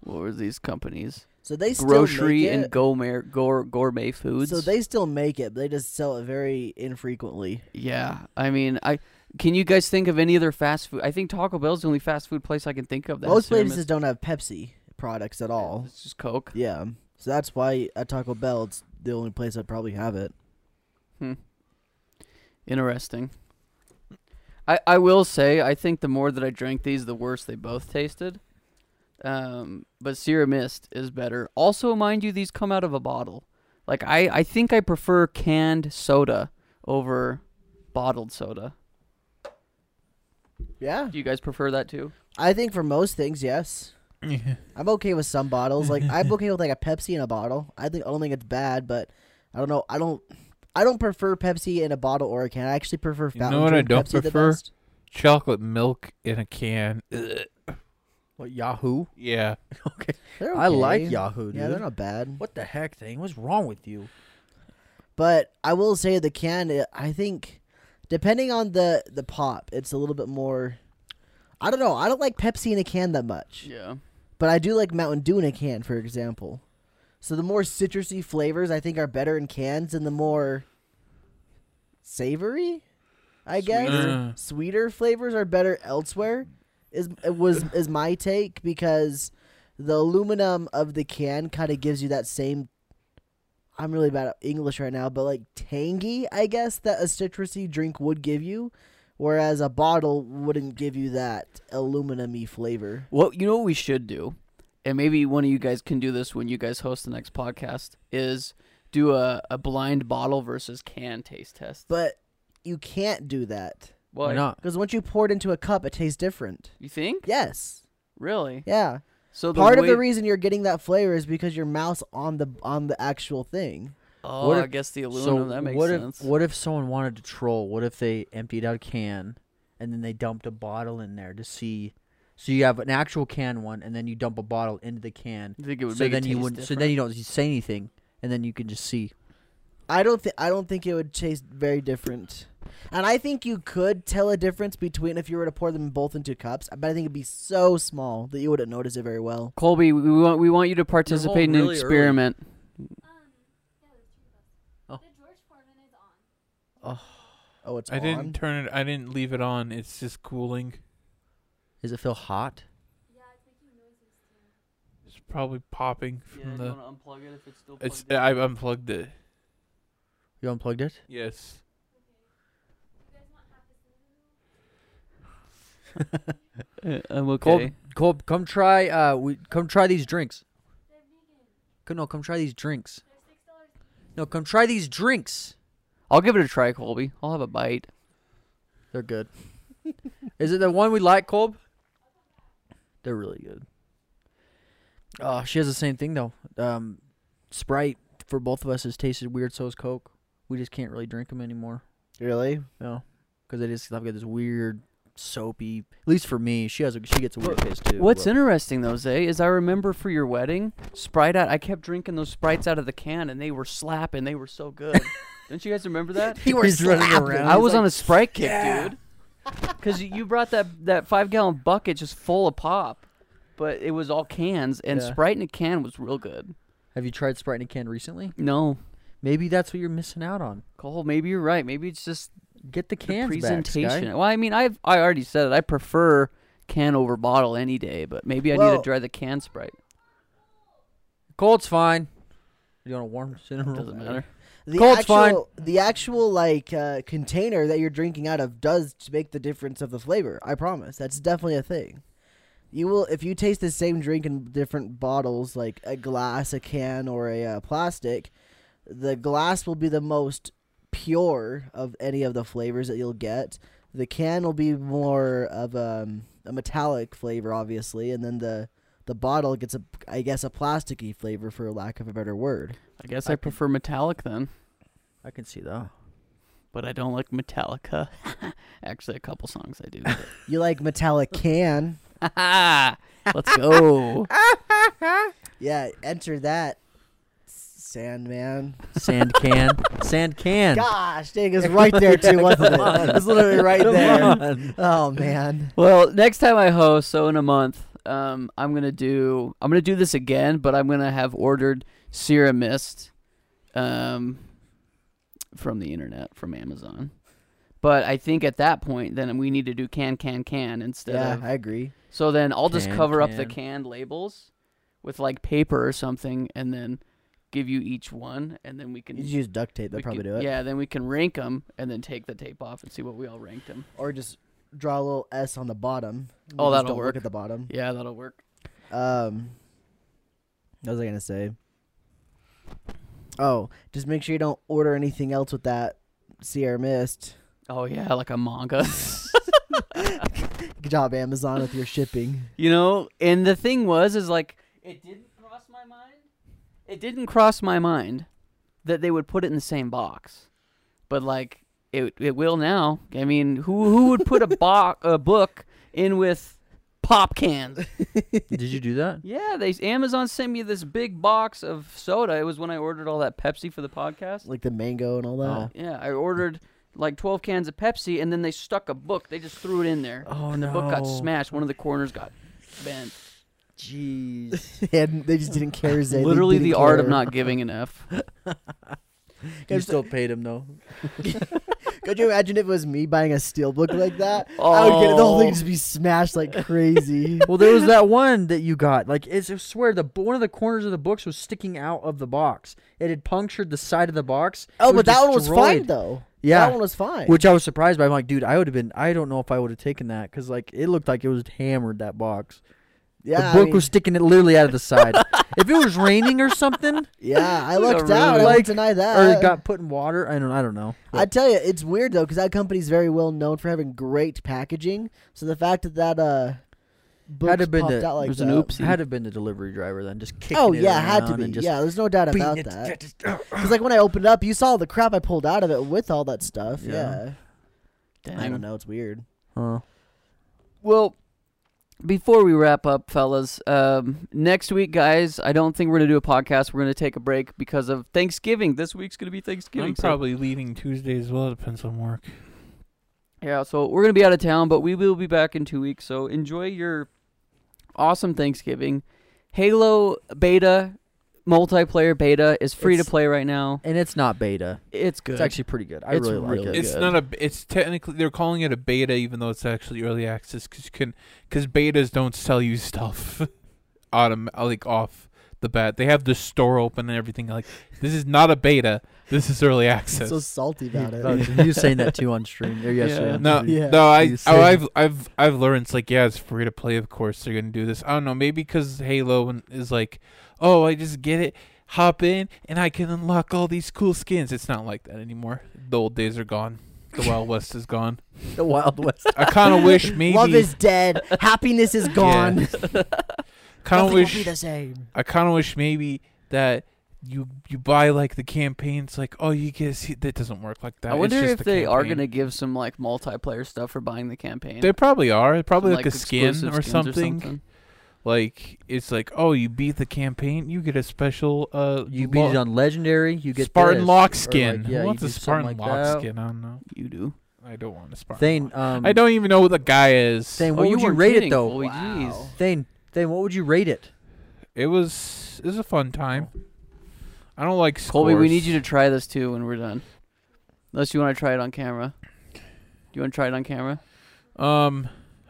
[SPEAKER 1] what were these companies?
[SPEAKER 3] So they still
[SPEAKER 1] Grocery
[SPEAKER 3] make it.
[SPEAKER 1] and gourmet gour, gourmet foods.
[SPEAKER 3] So they still make it, but they just sell it very infrequently.
[SPEAKER 1] yeah. I mean, I can you guys think of any other fast food? I think Taco Bell's the only fast food place I can think of that has
[SPEAKER 3] Most
[SPEAKER 1] cinnamon-
[SPEAKER 3] places don't have Pepsi products at all.
[SPEAKER 1] It's just Coke.
[SPEAKER 3] Yeah. So that's why at Taco Bell it's the only place I'd probably have it.
[SPEAKER 1] Interesting. I, I will say I think the more that I drank these, the worse they both tasted. Um, but Sierra Mist is better. Also, mind you, these come out of a bottle. Like I, I think I prefer canned soda over bottled soda.
[SPEAKER 3] Yeah.
[SPEAKER 1] Do you guys prefer that too?
[SPEAKER 3] I think for most things, yes.
[SPEAKER 2] Yeah.
[SPEAKER 3] I'm okay with some
[SPEAKER 2] <laughs>
[SPEAKER 3] bottles. Like I'm okay with like a Pepsi in a bottle. I think I don't think it's bad, but I don't know. I don't I don't prefer Pepsi in a bottle or a can. I actually prefer
[SPEAKER 2] You
[SPEAKER 3] fountain
[SPEAKER 2] know what I
[SPEAKER 3] drink
[SPEAKER 2] don't
[SPEAKER 3] Pepsi the
[SPEAKER 2] prefer?
[SPEAKER 3] best.
[SPEAKER 2] Chocolate milk in a can. Ugh.
[SPEAKER 4] What Yahoo?
[SPEAKER 2] Yeah.
[SPEAKER 3] They're
[SPEAKER 4] I like
[SPEAKER 3] okay.
[SPEAKER 4] Yahoo, dude.
[SPEAKER 3] Yeah, they're not bad.
[SPEAKER 4] What the heck thing? What's wrong with you?
[SPEAKER 3] But I will say the can. uh, I think depending on the the pop, it's a little bit more. I don't know. I don't like Pepsi in a can that much,
[SPEAKER 1] Yeah.
[SPEAKER 3] but I do like Mountain Dew in a can, for example. So the more citrusy flavors I think are better in cans, and the more savory, I guess
[SPEAKER 2] Sweeter.
[SPEAKER 3] sweeter flavors are better elsewhere. Is it was is my take because the aluminum of the can kind of gives you that same. I'm really bad at English right now, but like tangy, I guess that a citrusy drink would give you, whereas a bottle wouldn't give you that aluminum-y flavor.
[SPEAKER 1] Well, you know what we should do, and maybe one of you guys can do this when you guys host the next podcast is do a, a blind bottle versus can taste test.
[SPEAKER 3] But you can't do that
[SPEAKER 1] Why
[SPEAKER 4] not?
[SPEAKER 3] because once you pour it into a cup, it tastes different.
[SPEAKER 1] You think?
[SPEAKER 3] Yes,
[SPEAKER 1] Really?
[SPEAKER 3] yeah.
[SPEAKER 1] So the
[SPEAKER 3] Part of
[SPEAKER 1] way-
[SPEAKER 3] the reason you're getting that flavor is because your mouth's on the on the actual thing.
[SPEAKER 1] Oh,
[SPEAKER 4] What
[SPEAKER 1] I
[SPEAKER 4] if-
[SPEAKER 1] guess the aluminum. that makes
[SPEAKER 4] what
[SPEAKER 1] sense.
[SPEAKER 4] if what if someone wanted to troll? What if they emptied out a can and then they dumped a bottle in there to see? So you have an actual can one, and then you dump a bottle into the can.
[SPEAKER 1] you think it would
[SPEAKER 4] so
[SPEAKER 1] make
[SPEAKER 4] then
[SPEAKER 1] it
[SPEAKER 4] you
[SPEAKER 1] taste
[SPEAKER 4] wouldn't. So
[SPEAKER 1] different?
[SPEAKER 4] then you don't say anything, and then you can just see.
[SPEAKER 3] I don't think I don't think it would taste very different. And I think you could tell a difference between if you were to pour them both into cups, but I think it'd be so small that you wouldn't notice it very well.
[SPEAKER 1] Colby, we want we want you to participate in an
[SPEAKER 4] really early.
[SPEAKER 1] experiment.
[SPEAKER 3] Oh, it's
[SPEAKER 2] I
[SPEAKER 3] on.
[SPEAKER 2] didn't turn it. I didn't leave it on. It's just cooling.
[SPEAKER 4] Does it feel hot?
[SPEAKER 2] It's probably popping from the.
[SPEAKER 1] unplug it if it's still
[SPEAKER 2] It's. I unplugged it.
[SPEAKER 4] You unplugged it?
[SPEAKER 2] Yes.
[SPEAKER 1] Uh, I'm
[SPEAKER 4] Cole,
[SPEAKER 1] okay.
[SPEAKER 4] Cole, come try. Uh, we come try these drinks. Come, no, come try these drinks. No, come try these drinks.
[SPEAKER 1] I'll give it a try, Colby. I'll have a bite.
[SPEAKER 4] They're good. Is it the one we like, Colb? They're really good. Oh, she has the same thing though. Um, Sprite for both of us has tasted weird. So is Coke. We just can't really drink them anymore.
[SPEAKER 3] Really?
[SPEAKER 4] No, because they just I've got this weird soapy. At least for me, she has. A, she gets a weird taste too.
[SPEAKER 1] What's interesting though, Zay, is I remember for your wedding, Sprite out. I kept drinking those Sprites out of the can, and they were slapping. They were so <laughs> good. Don't you guys remember <laughs> that?
[SPEAKER 3] <laughs>
[SPEAKER 4] He was He's running slapping. around.
[SPEAKER 1] I
[SPEAKER 4] He's
[SPEAKER 1] was
[SPEAKER 4] like,
[SPEAKER 1] on a Sprite kick, dude. Because you brought that that five gallon bucket just full of pop, but it was all cans, and
[SPEAKER 4] Yeah.
[SPEAKER 1] Sprite in a can was real good.
[SPEAKER 4] Have you tried Sprite in a can recently?
[SPEAKER 1] No,
[SPEAKER 4] Maybe that's what you're missing out on.
[SPEAKER 1] Cole, maybe you're right. Maybe it's just
[SPEAKER 4] Get the
[SPEAKER 1] the
[SPEAKER 4] cans
[SPEAKER 1] presentation.
[SPEAKER 4] Back, Sky.
[SPEAKER 1] well, I mean, I've I already said it. I prefer can over bottle any day, but maybe I need
[SPEAKER 3] Well-
[SPEAKER 1] to try the can <laughs> Sprite.
[SPEAKER 4] Cold's fine. You want a warm cinnamon roll?
[SPEAKER 1] Doesn't matter.
[SPEAKER 3] The
[SPEAKER 4] Colt's
[SPEAKER 3] actual,
[SPEAKER 4] fine.
[SPEAKER 3] The actual like uh, container that you're drinking out of does t- make the difference of the flavor. I promise. That's definitely a thing. You will if you taste the same drink in different bottles, like a glass, a can, or a uh, plastic. The glass will be the most pure of any of the flavors that you'll get. The can will be more of um, a metallic flavor, obviously, and then the the bottle gets a, I guess, a plasticky flavor for lack of a better word.
[SPEAKER 1] I guess
[SPEAKER 4] I
[SPEAKER 1] I,
[SPEAKER 4] can-
[SPEAKER 1] prefer metallic then,
[SPEAKER 4] I can see that.
[SPEAKER 1] but I don't like <laughs> Metallica. Actually, a couple songs I <laughs> do. but-
[SPEAKER 3] You like metallic can.
[SPEAKER 1] Let's go.
[SPEAKER 3] Yeah, enter that, Sandman.
[SPEAKER 4] Sand
[SPEAKER 1] <laughs>
[SPEAKER 4] can. Sand can.
[SPEAKER 3] Gosh, dang, it's right there too, wasn't
[SPEAKER 4] Come
[SPEAKER 3] it? It's literally right
[SPEAKER 4] Come
[SPEAKER 3] there.
[SPEAKER 4] on.
[SPEAKER 3] Oh man,
[SPEAKER 1] well, next time I host, so in a month, um, I'm gonna do I'm gonna do this again, but I'm gonna have ordered Sierra Mist, um, from the internet from Amazon. But I think at that point, then we need to do can can can instead
[SPEAKER 3] yeah,
[SPEAKER 1] of.
[SPEAKER 3] I agree.
[SPEAKER 1] So then I'll just
[SPEAKER 4] Can,
[SPEAKER 1] cover up the
[SPEAKER 4] can.
[SPEAKER 1] canned labels with like paper or something, and then give you each one, and then we can.
[SPEAKER 3] You should use duct tape.
[SPEAKER 1] we
[SPEAKER 3] That probably
[SPEAKER 1] could-
[SPEAKER 3] do it.
[SPEAKER 1] Yeah, then we can rank them and then take the tape off and see what we all ranked them.
[SPEAKER 3] Or just draw a little S on the bottom. You
[SPEAKER 1] Oh,
[SPEAKER 3] just
[SPEAKER 1] that'll
[SPEAKER 3] don't
[SPEAKER 1] work.
[SPEAKER 3] Look at the bottom.
[SPEAKER 1] Yeah, that'll work.
[SPEAKER 3] Um, what was I gonna say? Oh, just make sure you don't order anything else with that Sierra Mist.
[SPEAKER 1] Oh yeah, like a manga. <laughs>
[SPEAKER 3] Good job, Amazon, with your shipping.
[SPEAKER 1] you know, and the thing was is like it didn't cross my mind. It didn't cross my mind that they would put it in the same box. But like it it will now. I mean, who who would put a box a book in with pop cans?
[SPEAKER 4] Did you do that?
[SPEAKER 1] Yeah, they Amazon sent me this big box of soda. It was when I ordered all that Pepsi for the podcast.
[SPEAKER 3] Like the mango and all that.
[SPEAKER 4] Oh.
[SPEAKER 1] Yeah, I ordered like 12 cans of Pepsi, and then they stuck a book. They just threw it in there.
[SPEAKER 4] Oh
[SPEAKER 1] and the book got smashed. One of the corners got bent.
[SPEAKER 3] <laughs>
[SPEAKER 4] Jeez.
[SPEAKER 3] and they just didn't care. Zay. They
[SPEAKER 1] Oh. Literally
[SPEAKER 3] didn't
[SPEAKER 1] the art of
[SPEAKER 3] care.
[SPEAKER 1] not giving an F.
[SPEAKER 4] you still paid him though.
[SPEAKER 3] Could you imagine if it was me buying a steelbook like that? I would get it, the whole thing
[SPEAKER 1] Oh.
[SPEAKER 3] just be smashed like
[SPEAKER 4] <laughs>
[SPEAKER 3] crazy.
[SPEAKER 4] Well, there was that one that you got. Like, it's, I swear, the one of the corners of the books was sticking out of the box. It had punctured the side of the box.
[SPEAKER 3] oh,
[SPEAKER 4] It
[SPEAKER 3] but that one was fine
[SPEAKER 4] destroyed.
[SPEAKER 3] though.
[SPEAKER 4] Yeah.
[SPEAKER 3] that one was fine.
[SPEAKER 4] Which uh, I was surprised by. I'm like, dude, I would have been. I don't know if I would have taken that because like it looked like it was hammered that box.
[SPEAKER 3] yeah,
[SPEAKER 4] the book
[SPEAKER 3] I mean-
[SPEAKER 4] was sticking it literally out of
[SPEAKER 3] <laughs>
[SPEAKER 4] the side. if it was raining or something,
[SPEAKER 3] Yeah, I
[SPEAKER 4] <laughs>
[SPEAKER 1] It was a
[SPEAKER 3] looked out. I
[SPEAKER 4] really-
[SPEAKER 3] won't deny that.
[SPEAKER 4] or it got put in water, I don't. I don't know.
[SPEAKER 3] I tell you, it's weird though because that company's very well known for having great packaging. So the fact that that uh, book
[SPEAKER 4] have been
[SPEAKER 3] popped
[SPEAKER 4] the-
[SPEAKER 3] out like
[SPEAKER 1] There's
[SPEAKER 3] that.
[SPEAKER 1] an oops.
[SPEAKER 4] Had to have been the delivery driver then, just kicking
[SPEAKER 3] Oh
[SPEAKER 4] it
[SPEAKER 3] yeah, had to
[SPEAKER 4] around
[SPEAKER 3] be.
[SPEAKER 4] and just
[SPEAKER 3] yeah, there's no doubt
[SPEAKER 4] beating
[SPEAKER 3] about
[SPEAKER 4] it.
[SPEAKER 3] that. Because like when I opened up, you saw the crap I pulled out of it with all that stuff.
[SPEAKER 4] Yeah.
[SPEAKER 3] Yeah,
[SPEAKER 1] Dang.
[SPEAKER 3] I don't know. It's weird.
[SPEAKER 4] Huh.
[SPEAKER 1] Well, before we wrap up, fellas, um, next week, guys, I don't think we're going to do a podcast. We're going to take a break because of Thanksgiving. This week's going to be Thanksgiving.
[SPEAKER 2] I'm
[SPEAKER 1] so-
[SPEAKER 2] probably leaving Tuesday as well. Depends on work.
[SPEAKER 1] Yeah, so we're gonna be out of town, but we will be back in two weeks. So enjoy your awesome Thanksgiving. Halo beta multiplayer beta is free
[SPEAKER 4] It's-
[SPEAKER 1] to play right now.
[SPEAKER 4] And it's not beta.
[SPEAKER 1] It's good.
[SPEAKER 4] It's actually pretty good. I
[SPEAKER 1] It's
[SPEAKER 4] really, like
[SPEAKER 1] really
[SPEAKER 4] it.
[SPEAKER 2] It's
[SPEAKER 1] good.
[SPEAKER 2] not a. b- It's technically they're calling it a beta, even though it's actually early <laughs> access, because can because betas don't sell you stuff, autom- like off the bat. They have the store open and everything. Like this is not a beta. This is early access.
[SPEAKER 3] so salty <laughs> about
[SPEAKER 4] <laughs>
[SPEAKER 3] it.
[SPEAKER 4] Oh, you were saying that too on stream or yesterday.
[SPEAKER 1] Yeah.
[SPEAKER 4] on <laughs>
[SPEAKER 2] No,
[SPEAKER 4] TV.
[SPEAKER 3] Yeah.
[SPEAKER 2] no, I,
[SPEAKER 4] He's
[SPEAKER 2] oh,
[SPEAKER 4] saying-
[SPEAKER 2] I've, I've, I've learned. It's like, yeah, it's free to play. Of course, they're gonna do this. I don't know. Maybe because Halo and- is like, oh, I just get it, hop in, and I can unlock all these cool skins. It's not like that anymore. The old days are gone. The Wild West is gone.
[SPEAKER 4] the <laughs> Wild West.
[SPEAKER 2] I kind
[SPEAKER 3] <laughs>
[SPEAKER 2] of wish maybe.
[SPEAKER 3] Love is dead.
[SPEAKER 2] <laughs>
[SPEAKER 3] Happiness is gone.
[SPEAKER 2] Kind of
[SPEAKER 3] Nothing will
[SPEAKER 2] wish.
[SPEAKER 3] be the same.
[SPEAKER 2] I kind of wish maybe that. You you buy like the campaigns like oh you get a se- that doesn't work like that.
[SPEAKER 1] I
[SPEAKER 2] It's
[SPEAKER 1] wonder
[SPEAKER 2] just
[SPEAKER 1] if
[SPEAKER 2] the
[SPEAKER 1] they are
[SPEAKER 2] campaign.
[SPEAKER 1] gonna give some like multiplayer stuff for buying the campaign.
[SPEAKER 2] They probably are probably
[SPEAKER 1] Some,
[SPEAKER 2] like, a skin
[SPEAKER 1] exclusive
[SPEAKER 2] or
[SPEAKER 1] skins
[SPEAKER 2] something. like it's like oh you beat the campaign you get a special uh
[SPEAKER 4] You beat it
[SPEAKER 2] lo-
[SPEAKER 4] on legendary. You get
[SPEAKER 2] Spartan
[SPEAKER 4] this.
[SPEAKER 2] lock
[SPEAKER 4] Or,
[SPEAKER 2] skin.
[SPEAKER 4] Like, yeah,
[SPEAKER 2] Who
[SPEAKER 4] you
[SPEAKER 2] wants a
[SPEAKER 4] do something
[SPEAKER 2] Spartan
[SPEAKER 4] like
[SPEAKER 2] lock
[SPEAKER 4] that.
[SPEAKER 2] skin? I don't know.
[SPEAKER 1] You do.
[SPEAKER 2] I don't want a Spartan.
[SPEAKER 4] Thane,
[SPEAKER 2] lock.
[SPEAKER 4] um,
[SPEAKER 2] I don't even know who the guy is.
[SPEAKER 4] Thane,
[SPEAKER 1] oh,
[SPEAKER 4] what
[SPEAKER 1] you
[SPEAKER 4] would you
[SPEAKER 1] weren't
[SPEAKER 4] rate
[SPEAKER 1] kidding.
[SPEAKER 4] it though?
[SPEAKER 1] Holy
[SPEAKER 3] Wow.
[SPEAKER 1] jeez.
[SPEAKER 4] Thane, Thane, what would you rate it?
[SPEAKER 2] It was it was a fun time. I don't like scores.
[SPEAKER 1] Colby, we need you to try this too when we're done. Unless you want to try it on camera. Do you want to try it on camera?
[SPEAKER 2] to. Um,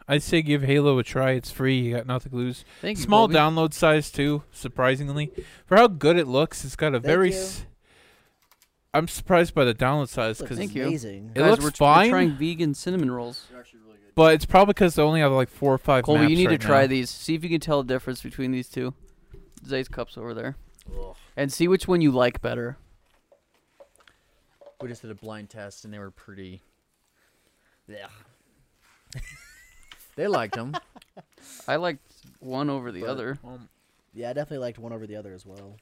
[SPEAKER 2] I'd say give Halo a try. It's free. You got nothing to lose.
[SPEAKER 1] Thank you.
[SPEAKER 2] Small
[SPEAKER 1] Colby.
[SPEAKER 2] download size too. Surprisingly, for how good it looks, it's got a
[SPEAKER 3] Thank
[SPEAKER 2] very.
[SPEAKER 3] you.
[SPEAKER 2] S- I'm surprised by the download size
[SPEAKER 3] Looks
[SPEAKER 2] because
[SPEAKER 1] Thank you.
[SPEAKER 3] amazing.
[SPEAKER 2] It
[SPEAKER 1] Guys,
[SPEAKER 2] looks
[SPEAKER 1] we're,
[SPEAKER 2] fine.
[SPEAKER 1] We're trying vegan cinnamon rolls.
[SPEAKER 2] But it's probably because they only have like four or five.
[SPEAKER 1] Colby, you
[SPEAKER 2] maps
[SPEAKER 1] need
[SPEAKER 2] right
[SPEAKER 1] to try
[SPEAKER 2] now.
[SPEAKER 1] these. See if you can tell the difference between these two. Zay's cups over there. And see which one you like better.
[SPEAKER 4] We just did a blind test and they were pretty. Yeah. <laughs> they liked <laughs> them.
[SPEAKER 1] I liked one over the other.
[SPEAKER 2] Um,
[SPEAKER 3] Yeah, I definitely liked one over the other as well.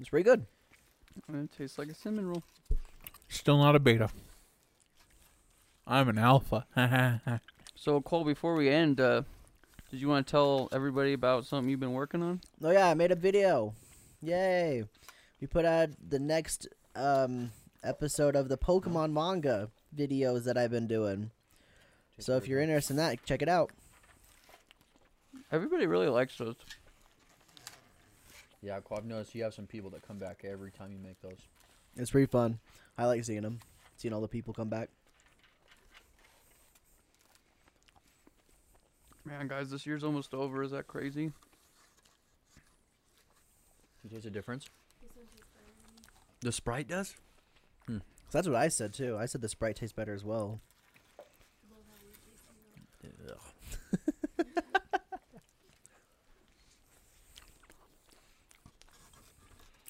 [SPEAKER 3] It's pretty good.
[SPEAKER 1] And It tastes like a cinnamon roll.
[SPEAKER 2] still not a beta. I'm an alpha. <laughs>
[SPEAKER 1] So, Cole, before we end, uh, did you want to tell everybody about something you've been working on?
[SPEAKER 3] Oh yeah, I made a video. Yay! We put out the next um, episode of the Pokemon manga videos that I've been doing. So if you're interested in that, check it out.
[SPEAKER 1] Everybody really likes those.
[SPEAKER 5] Yeah, I've noticed you have some people that come back every time you make those.
[SPEAKER 3] It's pretty fun. I like seeing them, seeing all the people come back.
[SPEAKER 1] Man, guys, this year's almost over. Is that crazy?
[SPEAKER 5] You taste a difference?
[SPEAKER 4] The Sprite does?
[SPEAKER 3] So that's what I said too. I said the Sprite tastes better as well.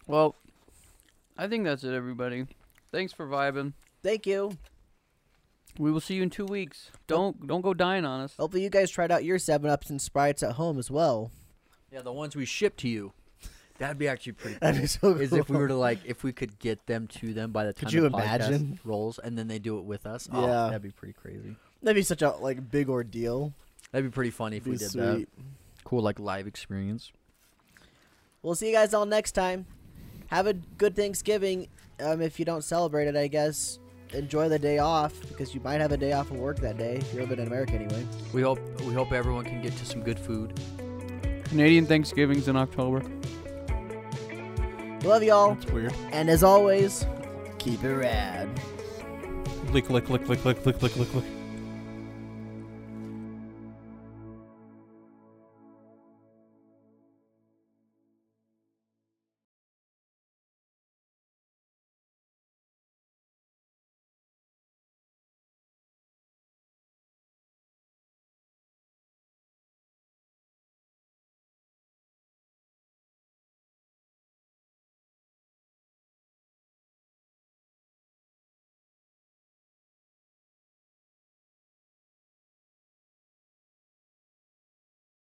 [SPEAKER 1] Well, I think that's it, everybody. Thanks for vibing.
[SPEAKER 3] Thank you.
[SPEAKER 1] We will see you in two weeks. Don't don't go dying on us.
[SPEAKER 3] Hopefully you guys tried out your Seven Ups and Sprites at home as well. <laughs>
[SPEAKER 4] Yeah, the ones we ship to you. That'd be
[SPEAKER 3] <laughs>
[SPEAKER 4] actually pretty cool.
[SPEAKER 3] That'd be so
[SPEAKER 4] Is if we
[SPEAKER 3] cool.
[SPEAKER 4] were to like, if we could get them to them by the time
[SPEAKER 3] Could you
[SPEAKER 4] the podcast
[SPEAKER 3] imagine?
[SPEAKER 4] rolls, and then they do it with us. Oh,
[SPEAKER 3] Yeah.
[SPEAKER 4] that'd be pretty crazy.
[SPEAKER 3] That'd be such a like big ordeal.
[SPEAKER 4] That'd be pretty funny if
[SPEAKER 3] Be
[SPEAKER 4] we did that.
[SPEAKER 3] sweet.
[SPEAKER 4] Cool, like live experience.
[SPEAKER 3] We'll see you guys all next time. Have a good Thanksgiving. Um, if you don't celebrate it, I guess enjoy the day off because you might have a day off of work that day. If you're living in America anyway.
[SPEAKER 4] We hope we hope everyone can get to some good food.
[SPEAKER 1] Canadian Thanksgiving's in October.
[SPEAKER 3] We love y'all,
[SPEAKER 2] That's weird.
[SPEAKER 3] and as always, keep it rad.
[SPEAKER 2] Lick, lick, lick, lick, lick, lick, lick, lick, lick.